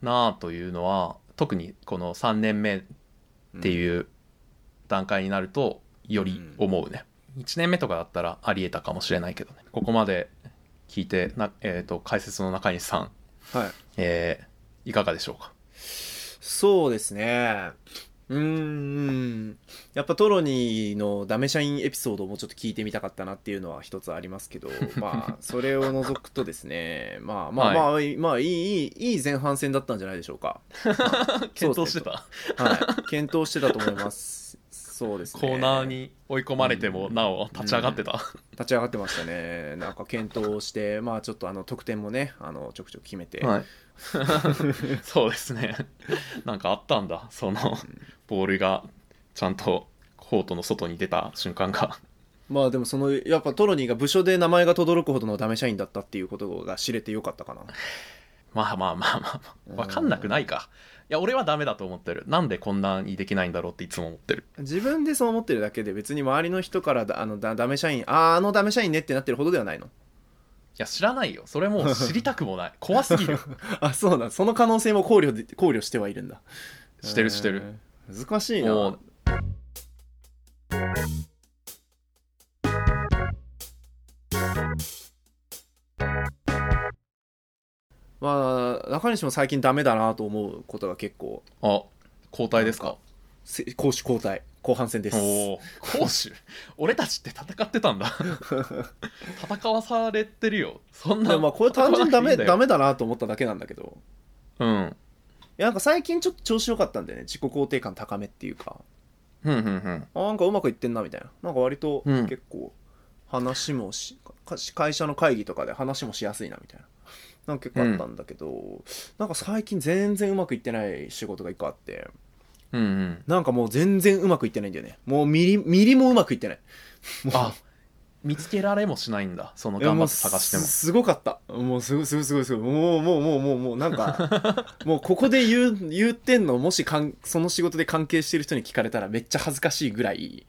Speaker 1: なあというのは特にこの3年目って
Speaker 2: うん
Speaker 1: いう段階になるとより思うね、1年目とかだったらありえたかもしれないけどねここまで聞いてな、えー、と解説の中西さん
Speaker 2: はい
Speaker 1: えーいかがでしょうか
Speaker 2: そうですねうーんやっぱトロニーのダメ社員エピソードもちょっと聞いてみたかったなっていうのは一つあります けどまあそれを除くとですねまあまあまあ、まあいいいいいい前半戦だったんじゃないでしょ うか、
Speaker 1: 検討してた、
Speaker 2: はい、検討してたと思いますそうですね
Speaker 1: コーナーに追い込まれてもなお立ち上がってた、
Speaker 2: 立ち上がってましたねなんか検討してまあちょっとあの得点もねあのちょくちょく決めて、
Speaker 1: はい そうですねなんかあったんだそのボールがちゃんとコートの外に出た瞬間が
Speaker 2: まあでもそのやっぱトロニーが部署で名前が轟くほどのダメ社員だったっていうことが知れてよかったかな
Speaker 1: まあまあまあまあ分かんなくないかいや俺はダメだと思ってるなんでこんなにできないんだろうっていつも思ってる
Speaker 2: 自分でそう思ってるだけで別に周りの人からだあのだダメ社員あーあのダメ社員ねってなってるほどではないの
Speaker 1: いや知らないよそれもう知りたくも ない怖すぎる
Speaker 2: あそうなんその可能性も考慮で考慮してはいるんだ
Speaker 1: してるしてる
Speaker 2: えー難しいな
Speaker 1: もう
Speaker 2: まあ中西も最近ダメだなと思うことが結構
Speaker 1: あ交代ですか
Speaker 2: せ攻守交代後半戦です
Speaker 1: おお攻守俺たちって戦ってたんだ戦わされてるよそん
Speaker 2: で
Speaker 1: な
Speaker 2: もまあこれ 単純にダメ
Speaker 1: 戦
Speaker 2: ダ
Speaker 1: わなく
Speaker 2: メだなと思っただけなんだけど
Speaker 1: ていいんだよ
Speaker 2: いやなんか最近ちょっと調子良かったんだよね自己肯定感高めっていうか
Speaker 1: うんうんうん
Speaker 2: あなんかうまくいってんなみたいななんか割と
Speaker 1: うん
Speaker 2: 結構話もし、かし会社の会議とかで話もしやすいなみたいななんか結構あったんだけど、なんか最近全然うまくいってない仕事が一個あって
Speaker 1: うんうんうん
Speaker 2: なんかもう全然うまくいってないんだよねもうミリミリもうまくいってないもう
Speaker 1: あ見つけられもしないんだその
Speaker 2: いや
Speaker 1: 頑張
Speaker 2: も
Speaker 1: っ
Speaker 2: う
Speaker 1: て探しても
Speaker 2: すすごかったもうすごいすごいすごいすごいもうもうもうもうもうなんか もうここで言う言ってんのもしかんその仕事で関係してる人に聞かれたらめっちゃ恥ずかしいぐらい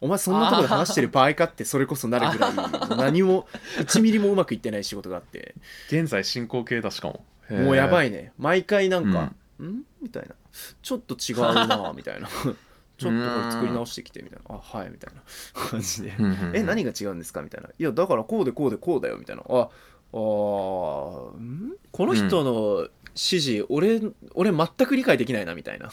Speaker 2: お前そんなとこで話してる場合かってそれこそなるぐらい 何も1ミリもうまくいってない仕事があって
Speaker 1: 現在進行形だしかも
Speaker 2: もうやば
Speaker 1: い
Speaker 2: いね毎回なんか、んみたいなちょっと違うなみ たいなちょっとこれ作り直してきてみたいなあはいみたいな感じでえ何が違うんですかみたいな「いやだからこうでこうでこうだよ」みたいな「ああーんこの人の指示、俺俺全く理解できないな」みたいな、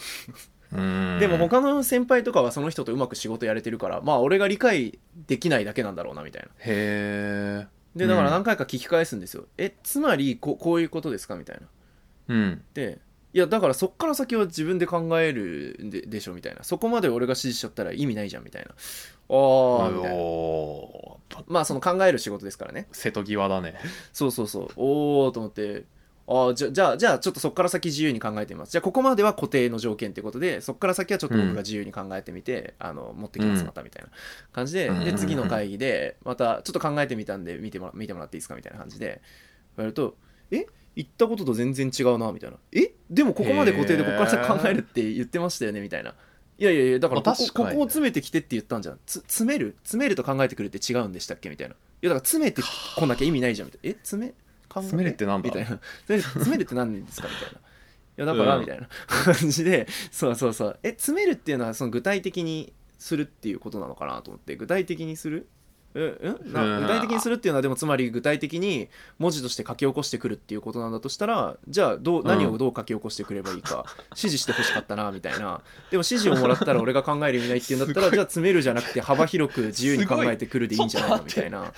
Speaker 2: でも他の先輩とかはその人とうまく仕事やれてるからまあ俺が理解できないだけなんだろうなみたいな
Speaker 1: へえ
Speaker 2: でだから何回か聞き返すんですよ「えつまりここういうことですか?」みたいな
Speaker 1: うん
Speaker 2: でいやだからそっから先は自分で考えるんででしょみたいなそこまで俺が指示しちゃったら意味ないじゃんみたいなああみたいな
Speaker 1: おー
Speaker 2: まあその考える仕事ですからね
Speaker 1: 瀬戸際だね
Speaker 2: そうそうそうおおと思ってああじゃじゃあじゃあちょっとそこから先自由に考えてみますじゃあここまでは固定の条件ということでそこから先はちょっと僕が自由に考えてみて、あの持ってきます
Speaker 1: うん
Speaker 2: またみたいな感じで,、
Speaker 1: うんうんうん
Speaker 2: で
Speaker 1: うん
Speaker 2: 次の会議でまたちょっと考えてみたんで見てもら見てもらっていいですかみたいな感じでやるとえ言ったことと全然違うなみたいなえでもここまで固定でここから先考えるって言ってましたよねみたいないやいやいやだからこ
Speaker 1: まあ
Speaker 2: こ
Speaker 1: 確か
Speaker 2: こ
Speaker 1: に
Speaker 2: こを詰めてきてって言ったんじゃんつ詰める詰めると考えてくるって違うんでしたっけみたいないやだから詰めてこなきゃ意味ないじゃんみたいなえ詰め考え
Speaker 1: 詰めるってなんだ
Speaker 2: みたいな詰める詰めるって何ですかみたいな。いやだから
Speaker 1: うん
Speaker 2: みたいな感じで、そうそうそうえ詰めるっていうのはその具体的にするっていうことなのかなと思って具体的にするうんうんな
Speaker 1: うん
Speaker 2: 具体的にするっていうのはでもつまり具体的に文字として書き起こしてくるっていうことなんだとしたらじゃあどう何をどう書き起こしてくればいいか、指示してほしかったなみたいなでも指示をもらったら俺が考える意味ないっていうんだったら
Speaker 1: すごい
Speaker 2: じゃあ詰めるじゃなくて幅広く自由に考えてくるでいいんじゃないのみたいな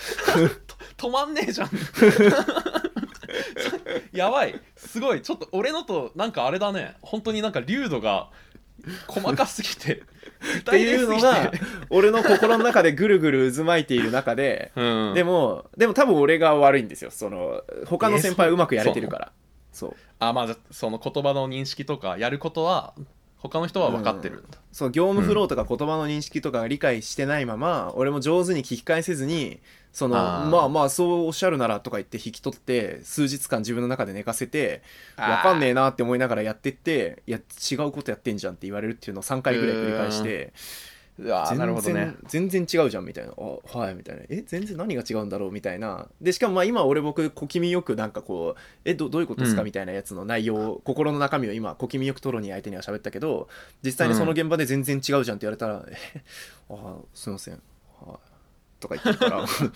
Speaker 1: 止まんねえじゃん やばいすごいちょっと俺のとなんかあれだね本当になんか流度が細かすぎて具
Speaker 2: って
Speaker 1: 体的
Speaker 2: い
Speaker 1: す
Speaker 2: うの
Speaker 1: ぎ
Speaker 2: が
Speaker 1: て
Speaker 2: 俺の心の中でぐるぐる渦巻いている中で
Speaker 1: うん
Speaker 2: でもでも多分俺が悪いんですよその他の先輩うまくやれてるから、そう
Speaker 1: あまあじゃあその言葉の認識とかやることは他の人は分かってるんだ、
Speaker 2: その業務フローとか言葉の認識とか理解してないまま、俺も上手に聞き返せずにその
Speaker 1: あー
Speaker 2: まあまあそうおっしゃるならとか言って引き取って数日間自分の中で寝かせてわかんねえなって思いながらやってっていや違うことやってんじゃんって言われるっていうのを3回ぐらい繰り返して
Speaker 1: うわーなるほどね
Speaker 2: 全然全然違うじゃんみたいなあはいみたいなえ全然何が違うんだろうみたいなでしかもまあ今俺僕小気味よくなんかこうえどどういうことですか
Speaker 1: うん
Speaker 2: みたいなやつの内容を、心の中身を今小気味よくトロに相手には喋ったけど実際にその現場で全然違うじゃんって言われたら、えあーすいませんはいとか言ってるか らあー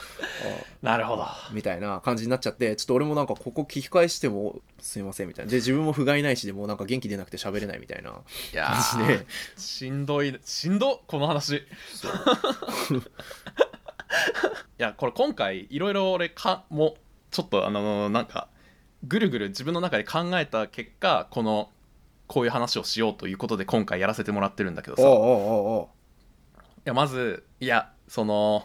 Speaker 1: なるほど
Speaker 2: みたいな感じになっちゃってちょっと俺もなんかここ聞き返してもすいませんみたいなで自分も不甲斐ないしでもうなんか元気出なくて喋れないみたいない
Speaker 1: や
Speaker 2: 感じ
Speaker 1: ー
Speaker 2: で
Speaker 1: しんどいしんどこの話い やこれ今回いろいろ俺かもちょっとあのなんかぐるぐる自分の中で考えた結果このこういう話をしようということで今回やらせてもらってるんだけどさ
Speaker 2: おうおう
Speaker 1: い
Speaker 2: おうおう
Speaker 1: やまずいやその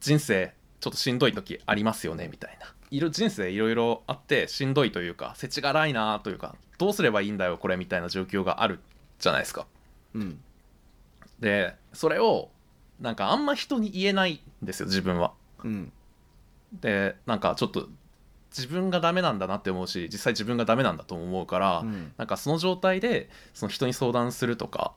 Speaker 1: 人生ちょっとしんどい時ありますよねみたいないろ人生いろいろあってしんどいというかせちがらいなというかどうすればいいんだよこれみたいな状況があるじゃないですか
Speaker 2: うん
Speaker 1: でそれをなんかあんま人に言えないんですよ自分は
Speaker 2: うん
Speaker 1: でなんかちょっと自分がダメなんだなって思うし実際自分がダメなんだと思うから、
Speaker 2: うん
Speaker 1: なんかその状態でその人に相談するとか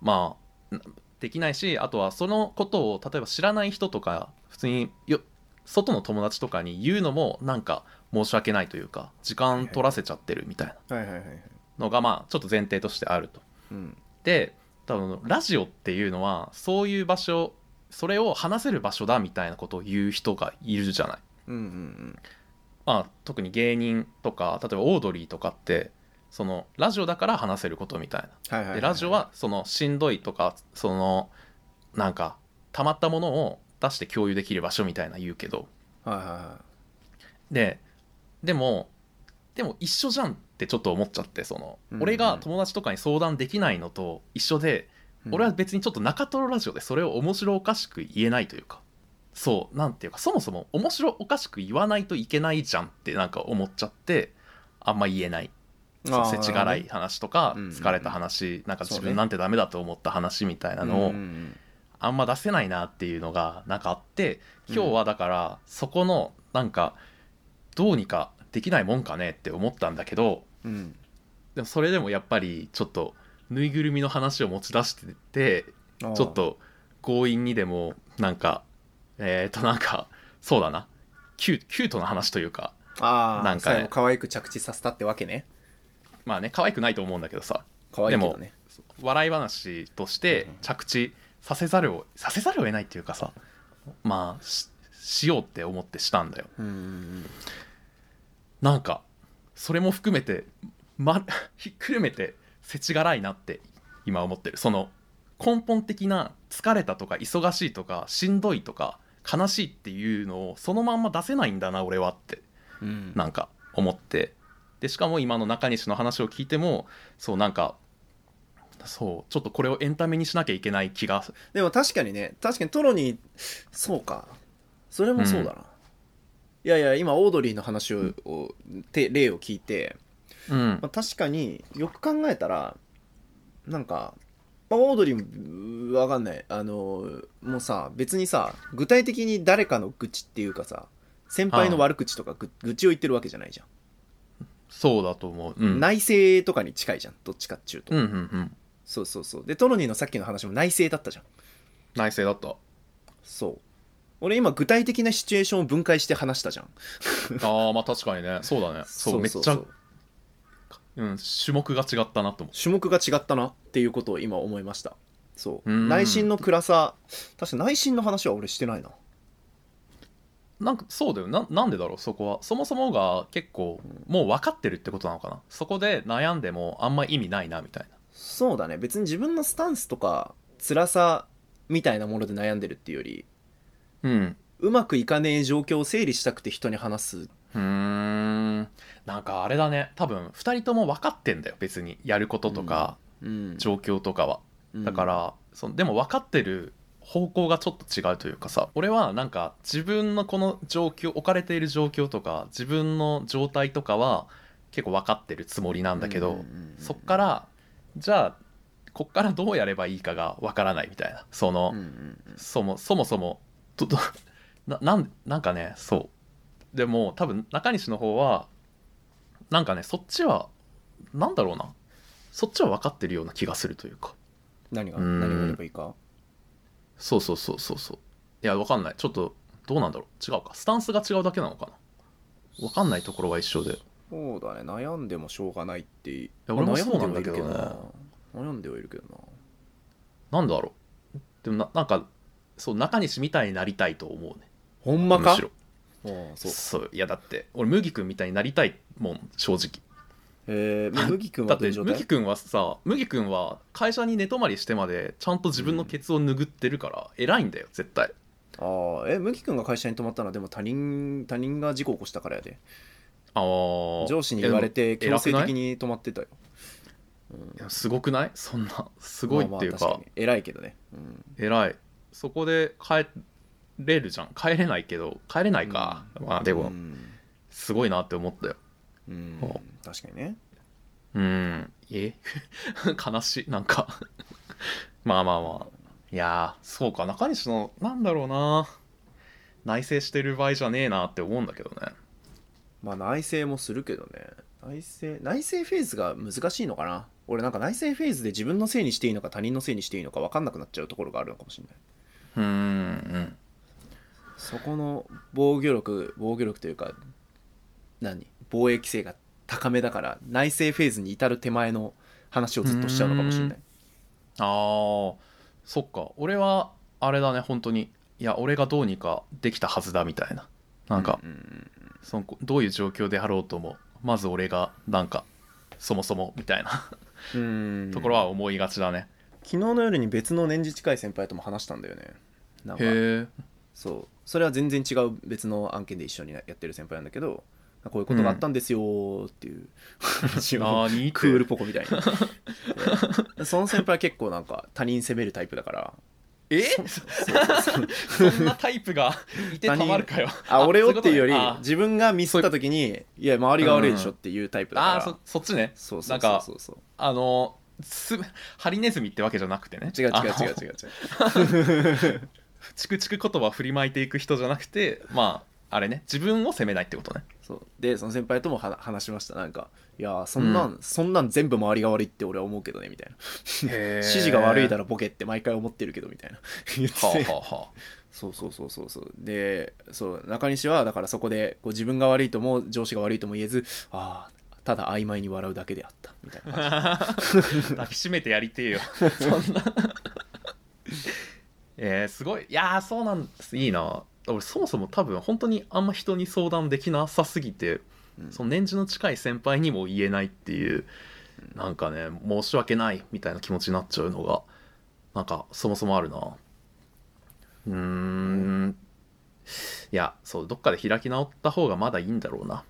Speaker 1: まあんできないしあとはそのことを例えば知らない人とか普通によ外の友達とかに言うのもなんか申し訳ないというか時間取らせちゃってるみたいな
Speaker 2: はいはいはいはい
Speaker 1: のがまあちょっと前提としてあると。
Speaker 2: うん
Speaker 1: で多分ラジオっていうのはそういう場所それを話せる場所だみたいなことを言う人がいるじゃない、
Speaker 2: うんうん
Speaker 1: まあ、特に芸人とか例えばオードリーとかってそのラジオだから話せることみたい
Speaker 2: はいはい
Speaker 1: な
Speaker 2: は
Speaker 1: で
Speaker 2: い
Speaker 1: ラジオはそのしんどいとかそのなんかたまったものを出して共有できる場所みたいな言うけど
Speaker 2: はいはいは
Speaker 1: ででもでも一緒じゃんってちょっと思っちゃってその、
Speaker 2: うんうん
Speaker 1: 俺が友達とかに相談できないのと一緒で
Speaker 2: い
Speaker 1: 俺は別にちょっと中トロラジオでそれを面白おかしく言えないというかそうなんていうかそもそも面白おかしく言わないといけないじゃんってなんか思っちゃってあんま言えない
Speaker 2: あー
Speaker 1: せちがらい話とか
Speaker 2: うんうんうん
Speaker 1: 疲れた話なんか自
Speaker 2: そうね
Speaker 1: 分なんてダメだと思った話みたいな
Speaker 2: なる
Speaker 1: の
Speaker 2: ほど
Speaker 1: を
Speaker 2: ねうんうん
Speaker 1: あんま出せないなっていうのがなんかあって
Speaker 2: うん
Speaker 1: 今日はだからそこのなんかどうにかできないもんかねって思ったんだけど
Speaker 2: うんうん
Speaker 1: でもそれでもやっぱりちょっとぬいぐるみの話を持ち出してて
Speaker 2: あー
Speaker 1: ちょっと強引にでもなんかえっ、ー、となんかそうだなキュキュートな話というか
Speaker 2: ああ
Speaker 1: なんかね
Speaker 2: 最後可愛く着地させたってわけね
Speaker 1: まあね可愛くないと思うんだけどさ
Speaker 2: 可愛いけどね
Speaker 1: 笑い話として着地させざるをさせざるを得ないっていうかさまあししようって思ってしたんだよ
Speaker 2: うんうん
Speaker 1: なんかそれも含めて、ま、ひっくるめて世知辛いなって今思ってるその根本的な疲れたとか忙しいとかしんどいとか悲しいっていうのをそのまんま出せないんだな俺はって
Speaker 2: うんうん
Speaker 1: なんか思ってでしかも今の中西の話を聞いてもそうなんかそうちょっとこれをエンタメにしなきゃいけない気が
Speaker 2: でも確かにね確かにトロにそうかそれもそうだな、いやいや今オードリーの話ををて例を聞いて、
Speaker 1: うん
Speaker 2: まあ、確かによく考えたらなんか、まあ、オードリーもうわかんないあのもうさ別にさ具体的に誰かの愚痴っていうかさ先輩の悪口とかぐ愚痴を言ってるわけじゃないじゃん、
Speaker 1: そうだと思う、うん、
Speaker 2: 内政とかに近いじゃんどっちかっちゅうと、
Speaker 1: うんうんうん
Speaker 2: そうそうそうでトロニーのさっきの話も内政だったじゃん
Speaker 1: 内政 だった
Speaker 2: そう俺今具体的なシチュエーションを分解して話したじゃん
Speaker 1: ああまあ確かにねそうだねそうめっちゃうん、種目が違ったなと思
Speaker 2: 種目が違ったなっていうことを今思いましたそう
Speaker 1: うん
Speaker 2: 内心の暗さ確か内心の話は俺してないな
Speaker 1: うなんかそうだよななんでだろうそこはそもそもが結構もう分かってるってことなのかなそこで悩んでもあんま意味ないなみたいな
Speaker 2: そうだね別に自分のスタンスとか辛さみたいなもので悩んでるっていうより
Speaker 1: うん
Speaker 2: うまくいかねえ状況を整理したくて人に話す
Speaker 1: うーんなんかあれだね多分2人とも分かってんだよ別にやることとか
Speaker 2: うん
Speaker 1: 状況とかは、だか、らそのでも分かってる方向がちょっと違うというかさ俺はなんか自分のこの状況置かれている状況とか自分の状態とかは結構分かってるつもりな
Speaker 2: うん
Speaker 1: だけど、
Speaker 2: ううん
Speaker 1: そっからじゃあこっからどうやればいいかが分からないみたいなその、
Speaker 2: うんうん
Speaker 1: そもそもそもとと ななんなんかねそうでも多分中西の方はなんかねそっちはなんだろうなそっちは分かってるような気がするというか
Speaker 2: 何が
Speaker 1: うん
Speaker 2: 何がやればいいか
Speaker 1: そうそうそうそうそういや分かんないちょっとどうなんだろう違うかスタンスが違うだけなのかな分かんないところは一緒で
Speaker 2: そうだね悩んでもしょうがないってい
Speaker 1: や俺もそうなんだけどね
Speaker 2: 悩んではいるけどな
Speaker 1: なんだろうでもななんかそう中西みたいになりたいと思うね
Speaker 2: ほんま
Speaker 1: む
Speaker 2: か
Speaker 1: しろ
Speaker 2: ああそう
Speaker 1: そういやだって俺麦君みたいになりたいもん正直
Speaker 2: えー、麦君
Speaker 1: だ
Speaker 2: は
Speaker 1: っ
Speaker 2: どうい
Speaker 1: て
Speaker 2: う状
Speaker 1: 麦
Speaker 2: 態
Speaker 1: 君はさ麦君は会社に寝泊まりしてまでちゃんと自分のケツを拭ってるから偉いんだよ絶対
Speaker 2: ああえ麦君が会社に泊まったのはでも他人他人が事故を起こしたからやで
Speaker 1: ああ
Speaker 2: 上司に言われて強制的
Speaker 1: に
Speaker 2: に泊まってたよ、うん
Speaker 1: すごくないそんなすごいっていうか,、
Speaker 2: まあまあ確に偉いけどね、うん、
Speaker 1: 偉いそこで帰れるじゃん帰れないけど帰れないか、まあで
Speaker 2: う
Speaker 1: も
Speaker 2: ん、
Speaker 1: すごいなって思ったよ
Speaker 2: うん
Speaker 1: ほ
Speaker 2: 確かにね
Speaker 1: うんえ 悲しいなんか まあまあまあいやーそうか中西のなんだろうな内省してる場合じゃねえなって思うんだけどね
Speaker 2: まあ内政もするけどね内政内政フェーズが難しいのかな俺なんか内政フェーズで自分のせいにしていいのか他人のせいにしていいのか分かんなくなっちゃうところがあるのかもしれないう
Speaker 1: ーん
Speaker 2: そこの防御力防御力というか何防衛規制が高めだから内政フェーズに至る手前の話をずっとしちゃうのかもしれない
Speaker 1: あーそっか俺はあれだね本当にいや俺がどうにかできたはずだみたいななんか、
Speaker 2: ううん
Speaker 1: そのどういう状況であろうともまず俺がなんかそもそもみたいな
Speaker 2: うん
Speaker 1: ところは思いがちだね、
Speaker 2: 昨日の夜に別の年次近い先輩とも話したんだよねなんか
Speaker 1: へえ
Speaker 2: そうそれは全然違う別の案件で一緒にやってる先輩なんだけどこういうことがあったんですよっていう話を、
Speaker 1: 何って
Speaker 2: クールポコみたいなその先輩は結構なんか他人責めるタイプだから
Speaker 1: え
Speaker 2: そう
Speaker 1: そんなタイプがいてたまるかよ
Speaker 2: あ俺をっていうより
Speaker 1: そことね
Speaker 2: 自分がミスった時にいや周りが悪いでしょっていうタイプだから、
Speaker 1: あーあーそそっちね
Speaker 2: そうそ
Speaker 1: な
Speaker 2: うん
Speaker 1: か
Speaker 2: そうそう
Speaker 1: あのすハリネズミってわけじゃなくてね
Speaker 2: 違う違う違う
Speaker 1: う
Speaker 2: 違う違う
Speaker 1: チクチク言葉振りまいていく人じゃなくてまああれね自分を責めないってことね
Speaker 2: そうでその先輩ともは話しましたなんかいやーそんなん、そんなん全部周りが悪いって俺は思うけどねみたいな
Speaker 1: 指
Speaker 2: 指示が悪いだ
Speaker 1: ろ
Speaker 2: ろボケって毎回思ってるけどみたいな言ってて
Speaker 1: はあ、はあは
Speaker 2: そうそうそうそうそうでそう中西はだからそこでこう自分が悪いとも上司が悪いとも言えずああただ曖昧に笑うだけであったみたいな感
Speaker 1: あ 抱きしめてやりてえよ そんなえー、すごいいやーそうなんいいな俺そもそも多分本当にあんま人に相談できなさすぎて
Speaker 2: じ、うん
Speaker 1: その年次の近い先輩にも言えないっていうなんかね申し訳ないみたいな気持ちになっちゃうのがなんかそもそもあるなうーんいやそうどっかで開き直った方がまだいいんだろうな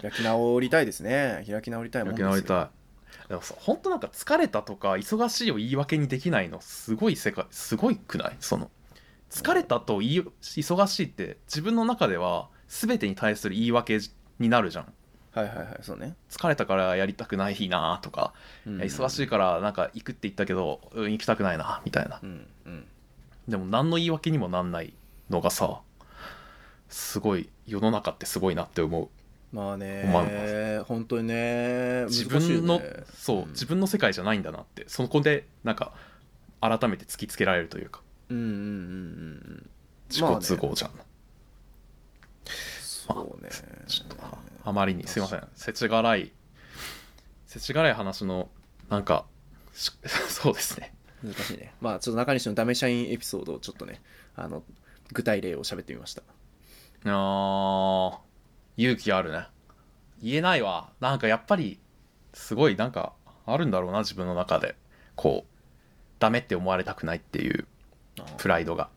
Speaker 2: 開き直りたいですね開き直りたいもん
Speaker 1: 開
Speaker 2: で
Speaker 1: き
Speaker 2: すよ
Speaker 1: 直りたいでもさ本当なんか疲れたとか忙しいを言い訳にできないのすごい世界すごいくないその疲れたと言い忙しいって自分の中では全てに対する言い訳になるじゃん
Speaker 2: はいはいはいそうね、
Speaker 1: 疲れたからやりたくないなとか、
Speaker 2: うん
Speaker 1: いや忙しいからなんか行くって言ったけど、うん、行きたくないなみたいな
Speaker 2: うんうん
Speaker 1: でも何の言い訳にもなんないのがさすごい世の中ってすごいなって思う
Speaker 2: まあ
Speaker 1: 思わ
Speaker 2: ね本当にね
Speaker 1: 自
Speaker 2: 難しいよ
Speaker 1: 分の、
Speaker 2: ね
Speaker 1: そう、
Speaker 2: ん
Speaker 1: 自分の世界じゃないんだなってそこでなんか改めて突きつけられるというか
Speaker 2: うんうんうんうんうん
Speaker 1: 自己都合じゃん、
Speaker 2: そうね
Speaker 1: ちょっとあまりにすいませんせちがらいせちがらい話のなんかし そうですね
Speaker 2: 難しいねまあちょっと中西のダメ社員エピソードをちょっとねあの具体例を喋ってみました
Speaker 1: あー勇気あるね言えないわなんかやっぱりすごいなんかあるんだろうな自分の中でこうダメって思われたくないっていう
Speaker 2: あー
Speaker 1: プライドが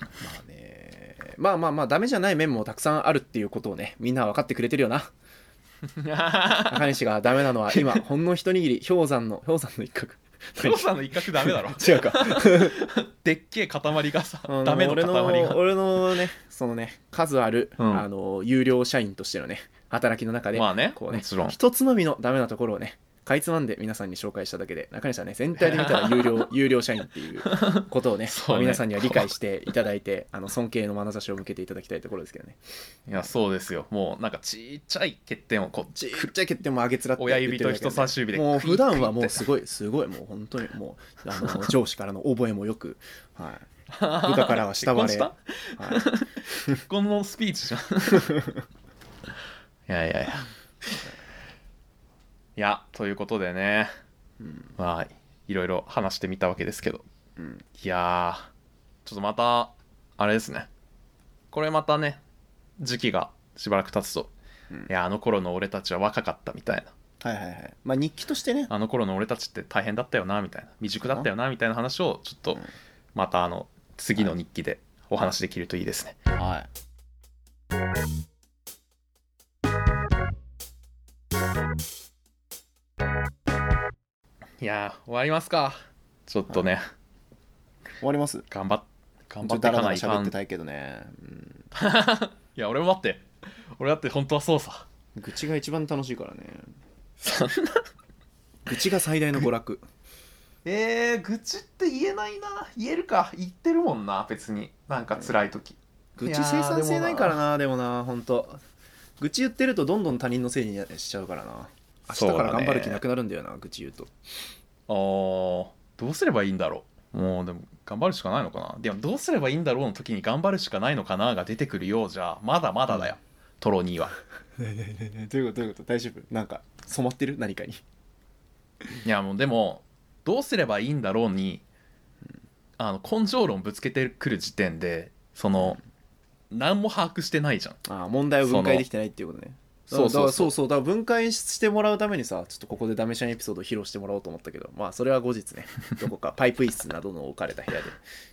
Speaker 2: まあねまあまあまあダメじゃない面もたくさんあるっていうことをねみんな分かってくれてる よな中西がダメなのは今ほんの一握り氷山の氷山の一角
Speaker 1: 黒さんの一角ダメだろ
Speaker 2: 違うか
Speaker 1: でっけえ塊がさ
Speaker 2: あの
Speaker 1: ダメの塊
Speaker 2: 俺
Speaker 1: が
Speaker 2: の俺のねそのね数ある、
Speaker 1: うん
Speaker 2: あの有料社員としてのね働きの中で、
Speaker 1: まあね
Speaker 2: こうね
Speaker 1: もちろん
Speaker 2: 一つまみのダメなところをねかいつまんで皆さんに紹介しただけで中西さんね全体で見たら 有料有料社員っていうことをね
Speaker 1: そうね
Speaker 2: まあ皆さんには理解していただいてあの尊敬の眼差しを向けていただきたいところですけどね
Speaker 1: いやそうですよもうなんかちっちゃい欠点をこう
Speaker 2: ちっちゃい欠点も上げつらって
Speaker 1: 親指と人差
Speaker 2: し
Speaker 1: し指で
Speaker 2: もう
Speaker 1: クイッ
Speaker 2: 普段は
Speaker 1: クイッ
Speaker 2: もう
Speaker 1: て
Speaker 2: すごいすごいもう本当にもうあの上司からの覚えもよく、はい、部下からは慕われ
Speaker 1: 結婚し
Speaker 2: はい、
Speaker 1: た結婚のスピーチじゃん いやいやいやいやということでね
Speaker 2: うん
Speaker 1: まあいろいろ話してみたわけですけど
Speaker 2: うん
Speaker 1: いやーちょっとまたあれですねこれまたね時期がしばらく経つと、
Speaker 2: うん
Speaker 1: いやあの頃の俺たちは若かったみたいな
Speaker 2: はいはいはい。まあ日記としてね、
Speaker 1: あの頃の俺たちって大変だったよなみたいな未熟だったよなみたいな話をちょっ
Speaker 2: う
Speaker 1: と
Speaker 2: ん
Speaker 1: またあの次の日記でお話できるといいですね。
Speaker 2: はい。
Speaker 1: いやー終わりますかちょっとね
Speaker 2: 終わります。
Speaker 1: 頑張っ頑
Speaker 2: ち
Speaker 1: 張
Speaker 2: ょ
Speaker 1: っ
Speaker 2: っと
Speaker 1: て
Speaker 2: だ
Speaker 1: いから
Speaker 2: だ
Speaker 1: な
Speaker 2: ら
Speaker 1: いか
Speaker 2: 喋っ
Speaker 1: ん
Speaker 2: て
Speaker 1: い
Speaker 2: たいけどね、うん
Speaker 1: や俺も待って俺だって本当はそうさ
Speaker 2: 愚痴が一番楽しいからね。
Speaker 1: そんな
Speaker 2: 愚痴が最大の娯楽。
Speaker 1: えー、愚痴って言えないな言えるか言ってるもんな別になんか辛い時
Speaker 2: 愚痴生産性ないからな、でもな、本当。愚痴言ってるとどんどん他人のせいにしちゃうからな。明日から頑張る気なくなるんだよな、愚痴言うと。
Speaker 1: あーどうすればいいんだろうもうでも頑張るしかないのかなでもどうすればいいんだろうの時に頑張るしかないのかなが出てくるようじゃまだまだだよ、トロニーは
Speaker 2: ねえねえねえね えどういうことどういうこと大丈夫なんか染まってる何かに。
Speaker 1: いやもうでもどうすればいいんだろうにあの根性論ぶつけてくる時点でその何も把握してないじゃん
Speaker 2: ああ、問題を分解できてないっていうことね。だ
Speaker 1: そう
Speaker 2: か
Speaker 1: そう
Speaker 2: らだからそ
Speaker 1: そう
Speaker 2: うそうだから分解してもらうためにさちょっとここでダメシャンエピソードを披露してもらおうと思ったけどまあそれは後日 ねどこかパイプ椅子などの置かれた部屋で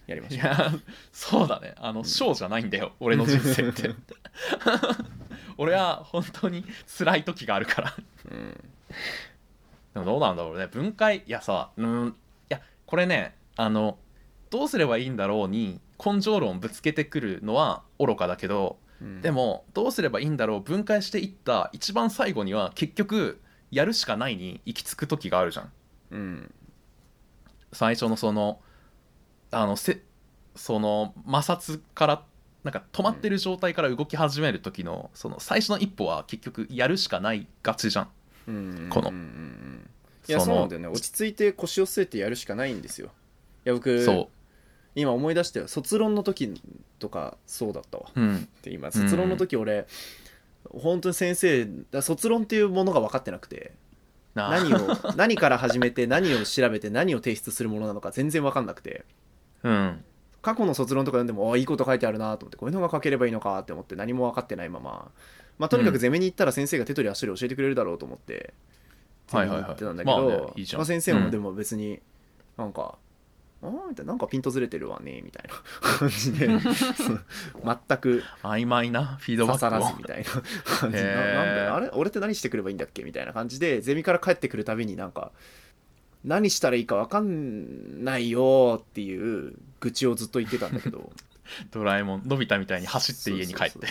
Speaker 2: やりま
Speaker 1: い
Speaker 2: しょう
Speaker 1: やそうだねあのショーじゃないんだよ俺の人生って 俺は本当に辛い時があるから
Speaker 2: うん
Speaker 1: でもどうなんだろうね分解いやさうんいやこれねあのどうすればいいんだろうに根性論ぶつけてくるのは愚かだけど
Speaker 2: うん
Speaker 1: でもどうすればいいんだろう分解していった一番最後には結局やるしかないに行き着く時があるじゃん
Speaker 2: うん
Speaker 1: 最初のそのあのせその摩擦からなんか止まってる状態から動き始める時のその最初の一歩は結局やるしかないがちじゃん
Speaker 2: うん
Speaker 1: この
Speaker 2: うんうんうんいや
Speaker 1: そ
Speaker 2: そ
Speaker 1: の
Speaker 2: うなんだよね落ち着いて腰を据えてやるしかないんですよいや僕
Speaker 1: そ
Speaker 2: 今思い出したよ卒論の時とかそうだったわ
Speaker 1: ううん
Speaker 2: って今卒論の時俺、本当に先生だ卒論っていうものが分かってなくて
Speaker 1: なあ
Speaker 2: 何を何から始めて何を調べて何を提出するものなのか全然分かんなくて
Speaker 1: うん
Speaker 2: 過去の卒論とか読んでもあいいこと書いてあるなと思ってこういうのが書ければいいのかって思って何も分かってないまま、まあ、とにか
Speaker 1: う
Speaker 2: く
Speaker 1: ん
Speaker 2: ゼミに行ったら先生が手取り足取り教えてくれるだろうと思ってゼ
Speaker 1: はい
Speaker 2: ミ
Speaker 1: は
Speaker 2: に
Speaker 1: い
Speaker 2: 行
Speaker 1: はい
Speaker 2: ってたんだけ
Speaker 1: まあね
Speaker 2: ど
Speaker 1: いいじゃん
Speaker 2: まあ先生もで
Speaker 1: も、
Speaker 2: も別になんか。あーみたいななんかピントずれてるわねみたい な感じでそう全く
Speaker 1: うん曖昧なフィードバ
Speaker 2: 刺さ
Speaker 1: ッ
Speaker 2: ら
Speaker 1: ク
Speaker 2: ず
Speaker 1: を
Speaker 2: みたいな感じ
Speaker 1: へ
Speaker 2: ななん
Speaker 1: ー
Speaker 2: だよあれ俺って何してくればいいんだっけみたいな感じでゼミから帰ってくるたびになんか何したらいいか分かんないよっていう愚痴をずっと言ってたんだけど
Speaker 1: ドラえもんのび太みたいに走って家に帰って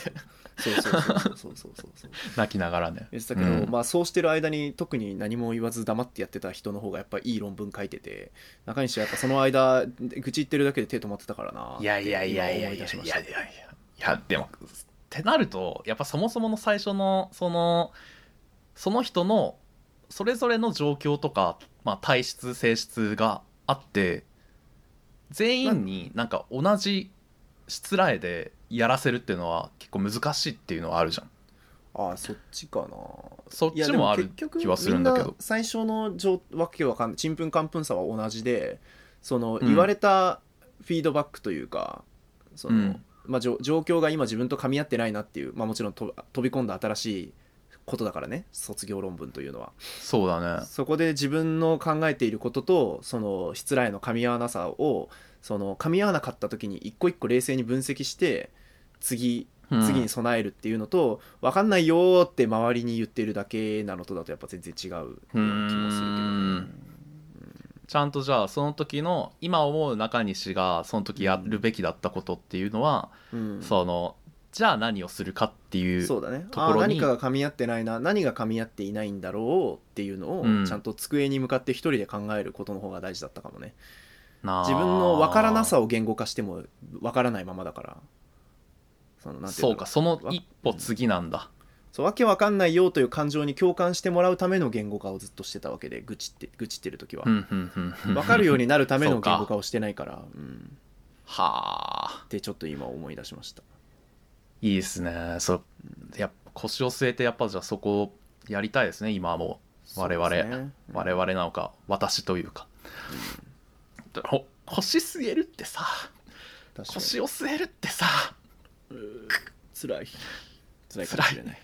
Speaker 2: そうそうそうそうそうそうそう
Speaker 1: 泣きながらね
Speaker 2: 言ってたけど、
Speaker 1: うん
Speaker 2: まあそうしてる間に特に何も言わず黙ってやってた人の方がやっぱいい論文書いてて中西はやっぱその間愚痴言ってるだけで手止まってたからない
Speaker 1: やいやいやいや
Speaker 2: って
Speaker 1: いやい
Speaker 2: 今思出
Speaker 1: や
Speaker 2: し
Speaker 1: い
Speaker 2: まし
Speaker 1: や
Speaker 2: た
Speaker 1: いやいやでもってなるとやっぱそもそもの最初のそのその人のそれぞれの状況とか、まあ、体質性質があって全員になんか同じ失礼でやらせるっていうのは結構難しいっていうのはあるじゃん
Speaker 2: ああそっちかな
Speaker 1: そっ
Speaker 2: いや
Speaker 1: ち
Speaker 2: で
Speaker 1: もある
Speaker 2: 結局
Speaker 1: 気はするんだけ
Speaker 2: み
Speaker 1: ど
Speaker 2: な最初のじょわけわかんないちんぷんかんぷんさは同じでその
Speaker 1: うん
Speaker 2: 言われたフィードバックというか、その
Speaker 1: うん
Speaker 2: まあ、じょ状況が今自分と噛み合ってないなっていう、まあ、もちろんと飛び込んだ新しいことだからね卒業論文というのは
Speaker 1: そうだね
Speaker 2: そこで自分の考えていることとその失礼の噛み合わなさをその噛み合わなかった時に一個一個冷静に分析して次
Speaker 1: うん
Speaker 2: 次に備えるっていうのと、分かんないよーって周りに言ってるだけなのとだとやっぱ全然違うような気もするけど
Speaker 1: うんちゃんとじゃあその時の今思う中西がその時やるべきだったことっていうのは、
Speaker 2: うん
Speaker 1: そのじゃあ何をするかっていう
Speaker 2: そうだね
Speaker 1: とこ
Speaker 2: あ
Speaker 1: ろ
Speaker 2: ー
Speaker 1: に
Speaker 2: 何かが噛み合ってないな何が噛み合っていないんだろうっていうのを
Speaker 1: うん
Speaker 2: ちゃんと机に向かって一人で考えることの方が大事だったかもね
Speaker 1: なあ
Speaker 2: 自分の分からなさを言語化しても分からないままだからそのなんてい
Speaker 1: そううん
Speaker 2: だろ
Speaker 1: かその一歩次なんだ、
Speaker 2: そうわけわかんないよという感情に共感してもらうための言語化をずっとしてたわけで愚痴って愚痴ってる時は、
Speaker 1: うんうんうんうん
Speaker 2: 分かるよう
Speaker 1: に
Speaker 2: になるため
Speaker 1: そ
Speaker 2: の
Speaker 1: うか
Speaker 2: 言語化をしてないから、うん、
Speaker 1: はあ
Speaker 2: ってちょっと今思い出しました
Speaker 1: いいですねそうやっぱ腰を据えてやっぱじゃあそこをやりたいですね今はもう我々
Speaker 2: そうですね
Speaker 1: 我々なのか私というか、ほ腰据えるってさ
Speaker 2: 確かに
Speaker 1: 腰を据えるってさ
Speaker 2: 辛い辛いかもしれない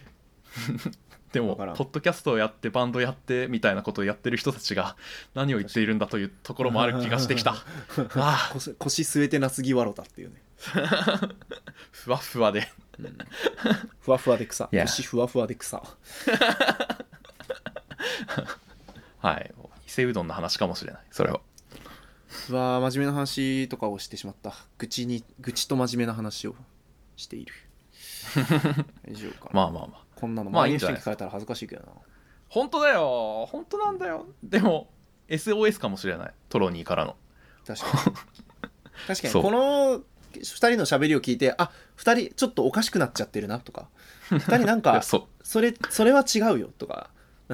Speaker 1: でも
Speaker 2: わからん
Speaker 1: ポッドキャストをやってバンドやってみたいなことをやってる人たちが何を言っているんだというところもある気がして きたああ
Speaker 2: 腰腰据えてなすぎわろたっていうね、
Speaker 1: ふわふわで
Speaker 2: うんふわふわで草
Speaker 1: いや
Speaker 2: 腰ふわふわで草
Speaker 1: はい伊勢うどんの話かもしれないそれは
Speaker 2: うわー真面目な話とかをしてしまった愚痴に愚痴と真面目な話をして いる大丈夫か
Speaker 1: ま
Speaker 2: な、
Speaker 1: あまあまあ
Speaker 2: こんなの
Speaker 1: まあ
Speaker 2: 周りの
Speaker 1: い
Speaker 2: 人
Speaker 1: いんじゃな
Speaker 2: に
Speaker 1: い
Speaker 2: 聞かれたら恥ずかしいけどな
Speaker 1: 本当だよ本当なんだよでも SOS かもしれないトロニーからの
Speaker 2: 確 かに確かに
Speaker 1: そう
Speaker 2: この2人の喋りを聞いてあ二2人ちょっとおかしくなっちゃってるなとか2人なん
Speaker 1: い
Speaker 2: か
Speaker 1: やそう
Speaker 2: それそれは違うよとか
Speaker 1: う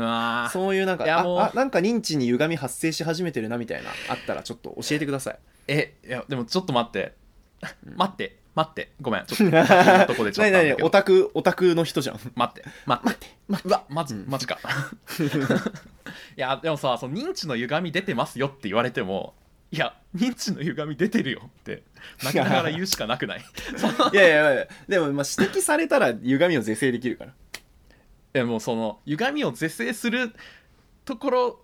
Speaker 1: わー
Speaker 2: そういうなんか
Speaker 1: いや
Speaker 2: あ
Speaker 1: もう
Speaker 2: あなんか認知に歪み発生し始めてるなみたいなあったらちょっと教えてください
Speaker 1: えいやでもちょっと待って
Speaker 2: う ん
Speaker 1: 待って待ってごめんちょ っと待ってなとこでちょっ
Speaker 2: 何
Speaker 1: とあるん
Speaker 2: 何
Speaker 1: だけ
Speaker 2: オ
Speaker 1: ど
Speaker 2: タクオタクの人じ ゃん
Speaker 1: 待って待って
Speaker 2: 待って待
Speaker 1: うわマジ
Speaker 2: うん
Speaker 1: マジか いやでもさその認知の歪み出てますよって言われてもいや認知の歪み出てるよって泣きながら言うしかなく ない
Speaker 2: っていやいやいやでもまあ指摘されたら歪みを是正できるから
Speaker 1: でもその歪みを是正するところ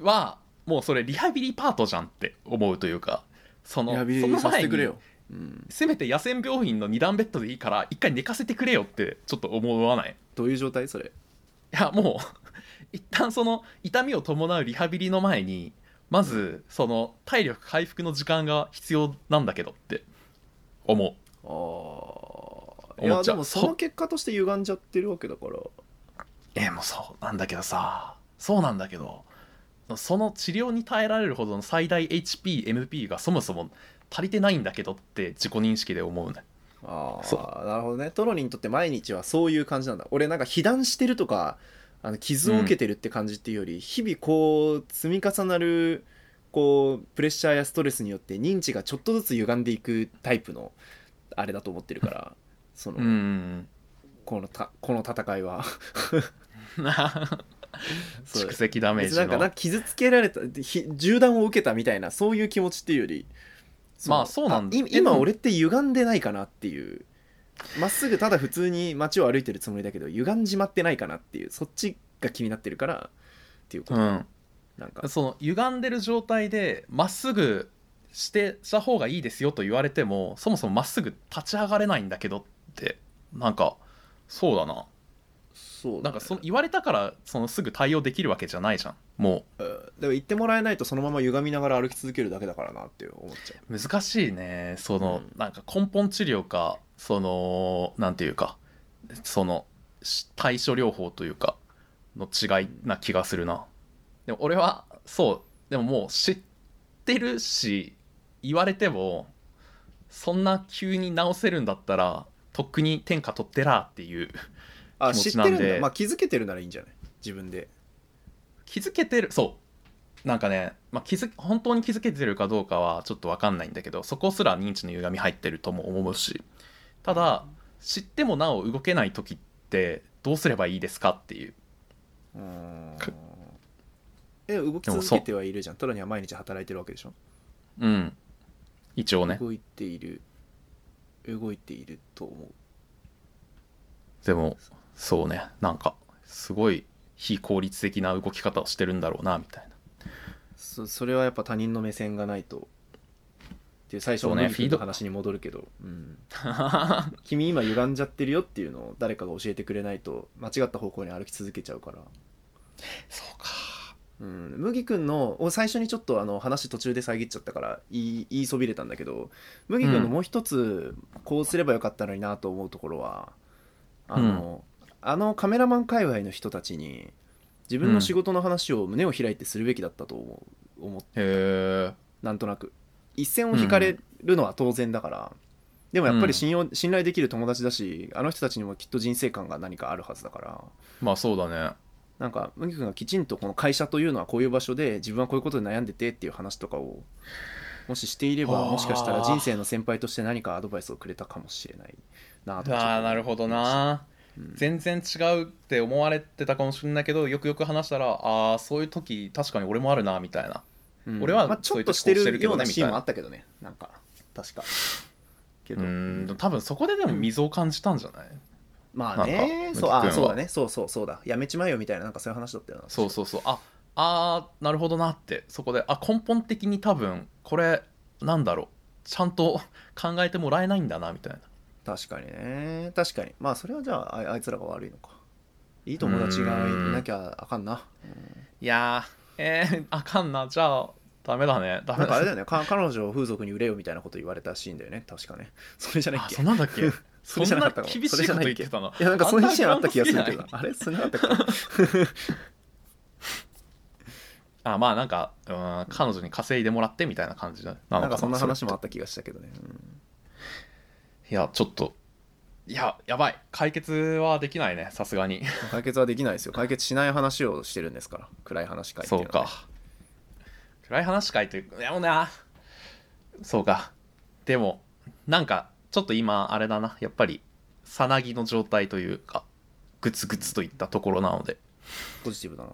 Speaker 1: はもうそれリハビリパートじゃんって思うというかその
Speaker 2: リハビ
Speaker 1: そ
Speaker 2: リ
Speaker 1: の
Speaker 2: させ
Speaker 1: 前
Speaker 2: てくれ
Speaker 1: に
Speaker 2: よ、うん、
Speaker 1: せめて野戦病院の2段ベッドでいいから一回寝かせてくれよってちょっと思わない
Speaker 2: どういう状態それ
Speaker 1: いやもう 一旦その痛みを伴うリハビリの前にまずその体力回復の時間が必要なんだけどって思う
Speaker 2: ああい
Speaker 1: 思
Speaker 2: や
Speaker 1: っちゃ
Speaker 2: で
Speaker 1: う
Speaker 2: もその結果として歪んじゃってるわけだから
Speaker 1: えーもうそうなんだけどさそうなんだけどその治療に耐えられるほどの最大 HPMP がそもそも足りてないんだけどって自己認識で思うね
Speaker 2: あ
Speaker 1: そ
Speaker 2: あなるほどねトロニーにとって毎日はそういう感じなんだ俺なんか被弾してるとかあの傷を受けてるって感じっていうより、日々こう積み重なるこうプレッシャーやストレスによって認知がちょっとずつ歪んでいくタイプのあれだと思ってるからその、
Speaker 1: うん
Speaker 2: このた この戦いはそう
Speaker 1: 蓄積ダメー
Speaker 2: 別に
Speaker 1: ジ
Speaker 2: なんか
Speaker 1: の
Speaker 2: なんか傷つけられたひ銃弾を受けたみたいなそういう気持ちっていうよりの
Speaker 1: まあそうなんだ
Speaker 2: あい今俺って歪んでないかなっていうまっすぐただ普通に街を歩いてるつもりだけど歪んじまってないかなっていうそっちが気になってるからっていうこと、
Speaker 1: うん
Speaker 2: なんか
Speaker 1: その歪んでる状態でまっすぐしてした方がいいですよと言われてもそもそもまっすぐ立ち上がれないんだけどってなんかそうだな
Speaker 2: そうだね
Speaker 1: なんかその言われたからそのすぐ対応できるわけじゃないじゃんも
Speaker 2: うんでも言ってもらえないとそのまま歪みながら歩き続けるだけだからなって思っちゃ
Speaker 1: う難しいねその、
Speaker 2: う
Speaker 1: なんか根本治療かそのなんていうかそのし対処療法というかの違いな気がするなでも俺はそうでももう知ってるし言われてもそんな急に治せるんだったらとっくに天下取ってらっていう
Speaker 2: うあ
Speaker 1: 気持
Speaker 2: 知っ
Speaker 1: ちなん
Speaker 2: て
Speaker 1: で
Speaker 2: るんだ、まあ、気づけてるならいいんじゃない自分で
Speaker 1: 気づけてるそうなんかね、まあ、気づ本当に気づけてるかどうかはちょっと分かんないんだけどそこすら認知の歪み入ってるとも思うしただ知ってもなお動けない時ってどうすればいいですかっていう
Speaker 2: うーんえ動き続けてはいるじゃんトラには毎日働いてるわけでしょ
Speaker 1: うん一応ね
Speaker 2: 動いている動いていると思う
Speaker 1: でもそうねなんかすごい非効率的な動き方をしてるんだろうなみたいな
Speaker 2: そそれはやっぱ他人の目線がないとっていう最初
Speaker 1: そ
Speaker 2: の
Speaker 1: うね
Speaker 2: 麦
Speaker 1: フィ
Speaker 2: 君
Speaker 1: ード
Speaker 2: の話に戻るけど、うん、君今歪んじゃってるよっていうのを誰かが教えてくれないと間違った方向に歩き続けちゃうから
Speaker 1: そうか
Speaker 2: うん、麦君のお最初にちょっとあの話途中で遮っちゃったから言い言いそびれたんだけど麦君のもう一つこうすればよかったのになと思うところは、あのあのカメラマン界隈の人たちに自分の仕事の話を胸を開いてするべきだったと思う思っ
Speaker 1: へえ
Speaker 2: なんとなく一線を引かれるのは当然だから、でもやっぱり信用信頼できる友達だしあの人たちにもきっと人生観が何かあるはずだから。
Speaker 1: まあそうだね
Speaker 2: なんか麦君がきちんとこの会社というのはこういう場所で自分はこういうことで悩んでてっていう話とかをもししていれ
Speaker 1: あ
Speaker 2: ば
Speaker 1: ー
Speaker 2: もしかしたら人生の先輩として何かアドバイスをくれたかもしれないなとかちょっと
Speaker 1: ああなるほどな
Speaker 2: うん
Speaker 1: 全然違うって思われてたかもしれないけどよくよく話したらああそういう時確かに俺もあるなみたいな
Speaker 2: うん
Speaker 1: 俺は
Speaker 2: まあ、ち
Speaker 1: そう
Speaker 2: ょ
Speaker 1: い
Speaker 2: っ
Speaker 1: うと
Speaker 2: と
Speaker 1: こ
Speaker 2: して
Speaker 1: してる
Speaker 2: る
Speaker 1: け
Speaker 2: よ
Speaker 1: ど
Speaker 2: う
Speaker 1: ね
Speaker 2: な
Speaker 1: みたいな
Speaker 2: シーンもあったけどねなんか確かけ
Speaker 1: う
Speaker 2: ど
Speaker 1: ん多分そこででも溝を感じたんじゃない
Speaker 2: まあ
Speaker 1: な
Speaker 2: ね
Speaker 1: んか
Speaker 2: そうあ
Speaker 1: 麦君
Speaker 2: ー
Speaker 1: は
Speaker 2: そうだねそうそうそうだやめちまえよみたいななんかそういう話だったよな
Speaker 1: そうそうそうああーなるほどなってそこであ根本的に多分これなんだろうちゃんと 考えてもらえないんだなみたいな
Speaker 2: 確かにね確かにまあそれはじゃあああいつらが悪いのかいい友達がいなきゃあかんない
Speaker 1: やーえー、あかんなじゃあダメだねダ
Speaker 2: な
Speaker 1: メ
Speaker 2: んか
Speaker 1: だ
Speaker 2: あ
Speaker 1: ね
Speaker 2: れだよねか彼女を風俗に売れよみたいなこと言われたシーンだよね確かねそれじゃないっ
Speaker 1: あ
Speaker 2: け
Speaker 1: そんなんだっけ
Speaker 2: そ
Speaker 1: そ
Speaker 2: れ
Speaker 1: ん
Speaker 2: じゃな
Speaker 1: な
Speaker 2: かったかも
Speaker 1: 厳しいこと言ってたない
Speaker 2: やなんかそう いうシーンあった気がする
Speaker 1: アンダ
Speaker 2: け
Speaker 1: ーグラウンド
Speaker 2: ど
Speaker 1: 好きな
Speaker 2: あれそれなかったか
Speaker 1: あまあなんかうん彼女に稼いでもらってみたいな感じなのか
Speaker 2: なんかそんな話もあ
Speaker 1: れ
Speaker 2: った気がしたけどね、うん
Speaker 1: いやちょっといややばい解決はできないねさすがに
Speaker 2: 解決はできないですよ解決しない話をしてるんですから暗い話会ってい
Speaker 1: そう
Speaker 2: うのはね、
Speaker 1: か暗い話かいというでもなそうかでもなんかちょっと今あれだなやっぱりさなぎの状態というかグツグツといったところなので
Speaker 2: ポジティブだな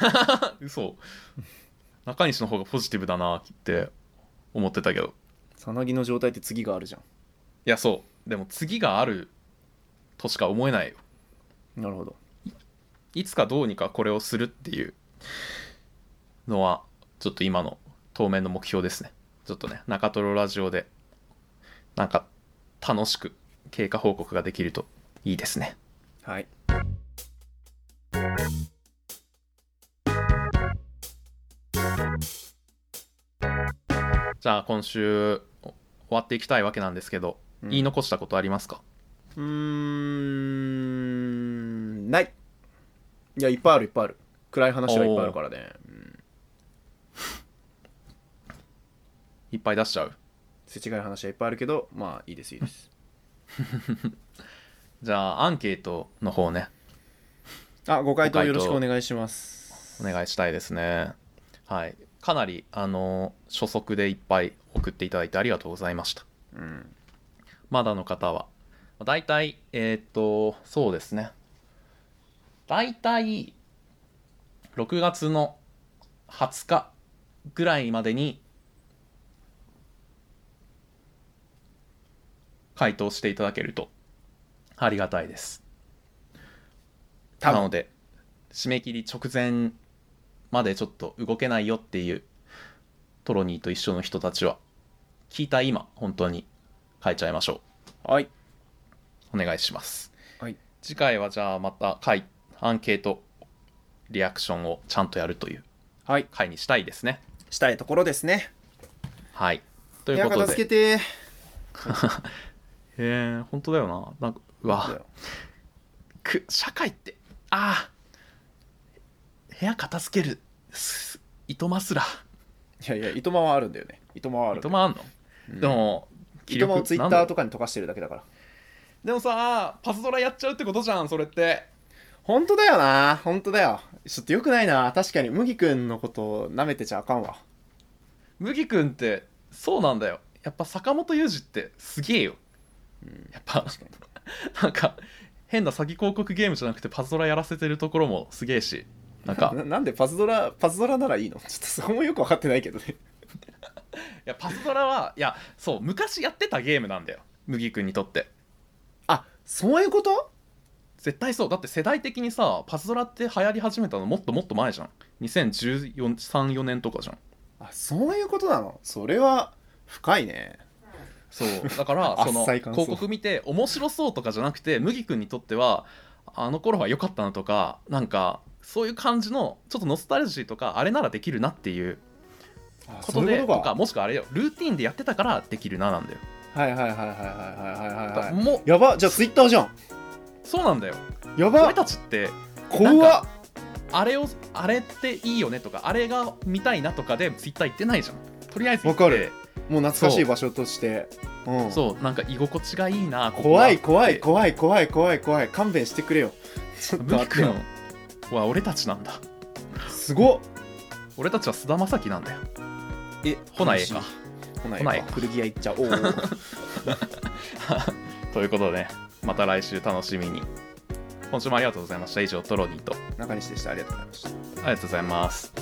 Speaker 1: あ 嘘中西の方がポジティブだなって思ってたけど
Speaker 2: さなぎの状態って次があるじゃ
Speaker 1: いやそうでも次があるとしか思えないよ
Speaker 2: んなるほど
Speaker 1: いつかどうにかこれをするっていうのはちょっと今の当面の目標ですねちょっとね中トロラジオでなんか楽しく経過報告ができるといいですね
Speaker 2: はい
Speaker 1: じゃあ今週終わっていきたいわけなんですけど、
Speaker 2: うん
Speaker 1: 言い残したことありますか
Speaker 2: うーんないいやいっぱいあるいっぱいある暗い話はいっぱいあるからね、うん、
Speaker 1: いっぱい出しちゃう
Speaker 2: 世知辛い話はいっぱいあるけどまあいいですいいです
Speaker 1: じゃあアンケートの方ね
Speaker 2: あご回
Speaker 1: ご回答
Speaker 2: 答よろしくお願いします
Speaker 1: お願いしたいですねはいかなりあの初速でいっぱい送っていただいてありがとうございました
Speaker 2: うん
Speaker 1: まだの方は。大体、えーっと、そうですね。大体、6月の20日ぐらいまでに、回答していただけると、ありがたいです。
Speaker 2: 多
Speaker 1: な
Speaker 2: 分
Speaker 1: ので、締め切り直前までちょっと動けないよっていう、トロニーと一緒の人たちは、聞いた今、本当に変えちゃいましょう。
Speaker 2: はい
Speaker 1: お願いします。
Speaker 2: はい
Speaker 1: 次回はじゃあまた回アンケートリアクションをちゃんとやるという
Speaker 2: はい
Speaker 1: 回にしたいですね
Speaker 2: したいところですね
Speaker 1: はいとい
Speaker 2: 部
Speaker 1: う
Speaker 2: 屋
Speaker 1: こと
Speaker 2: 片付
Speaker 1: で
Speaker 2: けて
Speaker 1: へえ本当だよななんかうわく社会ってああ部屋片付けるすいとますら
Speaker 2: いやいやいとまはあるんだよねいとまはある
Speaker 1: いとまあんの、
Speaker 2: うん
Speaker 1: でも
Speaker 2: いとまをツイッ
Speaker 1: な
Speaker 2: タ
Speaker 1: ん
Speaker 2: ー
Speaker 1: だ
Speaker 2: とかに溶かしてるだけだから
Speaker 1: でもさパズドラやっちゃうってことじゃんそれって
Speaker 2: 本当だよな本当だよちょっとよくないな確かに麦くんのことを舐めてちゃあかんわ
Speaker 1: 麦君ってそうなんだよやっぱ坂本雄二ってすげえよ
Speaker 2: うん
Speaker 1: やっぱ
Speaker 2: 確かに
Speaker 1: なんか変な詐欺広告ゲームじゃなくてパズドラやらせてるところもすげえしなんか
Speaker 2: ななんでパズドラパズドラならいいのちょっとそこもよく分かってないけどね
Speaker 1: いやパズドラはいやそう昔やってたゲームなんだよ麦君にとって
Speaker 2: あそういうこと
Speaker 1: 絶対そうだって世代的にさパズドラって流行り始めたのもっともっと前じゃん2013年とかじゃん
Speaker 2: あそういうことなのそれは深いね
Speaker 1: そうだから
Speaker 2: あ
Speaker 1: そ
Speaker 2: っ
Speaker 1: の
Speaker 2: さい
Speaker 1: 広
Speaker 2: 感想
Speaker 1: 告見て面白そうとかじゃなくて麦君にとってはあの頃は良かったなとかなんかそういう感じのちょっとノスタルジーとかあれならできるなっていう
Speaker 2: あ
Speaker 1: こ
Speaker 2: そ
Speaker 1: と
Speaker 2: うい
Speaker 1: で
Speaker 2: うこと
Speaker 1: かもしくはあれよルーティンでやってたからできるななんだよ、
Speaker 2: はいはいはいはいはいはいはいはいはい
Speaker 1: もう
Speaker 2: やばじゃあツイッターじゃん
Speaker 1: そうなんだよ
Speaker 2: やば
Speaker 1: 俺たちってなん
Speaker 2: 怖っ
Speaker 1: かあれをあれっていいよねとかあれが見たいなとかでツイッター行ってないじゃんとりあえず行って
Speaker 2: わかるもう懐かしい場所としてうん
Speaker 1: そうなんか居心地がいいなここは
Speaker 2: 怖い怖
Speaker 1: っ
Speaker 2: い
Speaker 1: て
Speaker 2: 怖い怖い怖い怖い勘弁してくれよちょっと
Speaker 1: 麦
Speaker 2: 待ってよ
Speaker 1: 君は俺たちなんだ
Speaker 2: すごっ
Speaker 1: 俺たちは菅田将暉なんだよ
Speaker 2: え
Speaker 1: ほなええか
Speaker 2: ほな
Speaker 1: ほなえ
Speaker 2: え
Speaker 1: え
Speaker 2: か
Speaker 1: か
Speaker 2: 古着屋行っちゃ おう
Speaker 1: ということでねまた来週楽しみに今週もありがとうございました以上トロニーと
Speaker 2: 中西でしたありがとうございました
Speaker 1: ありがとうございます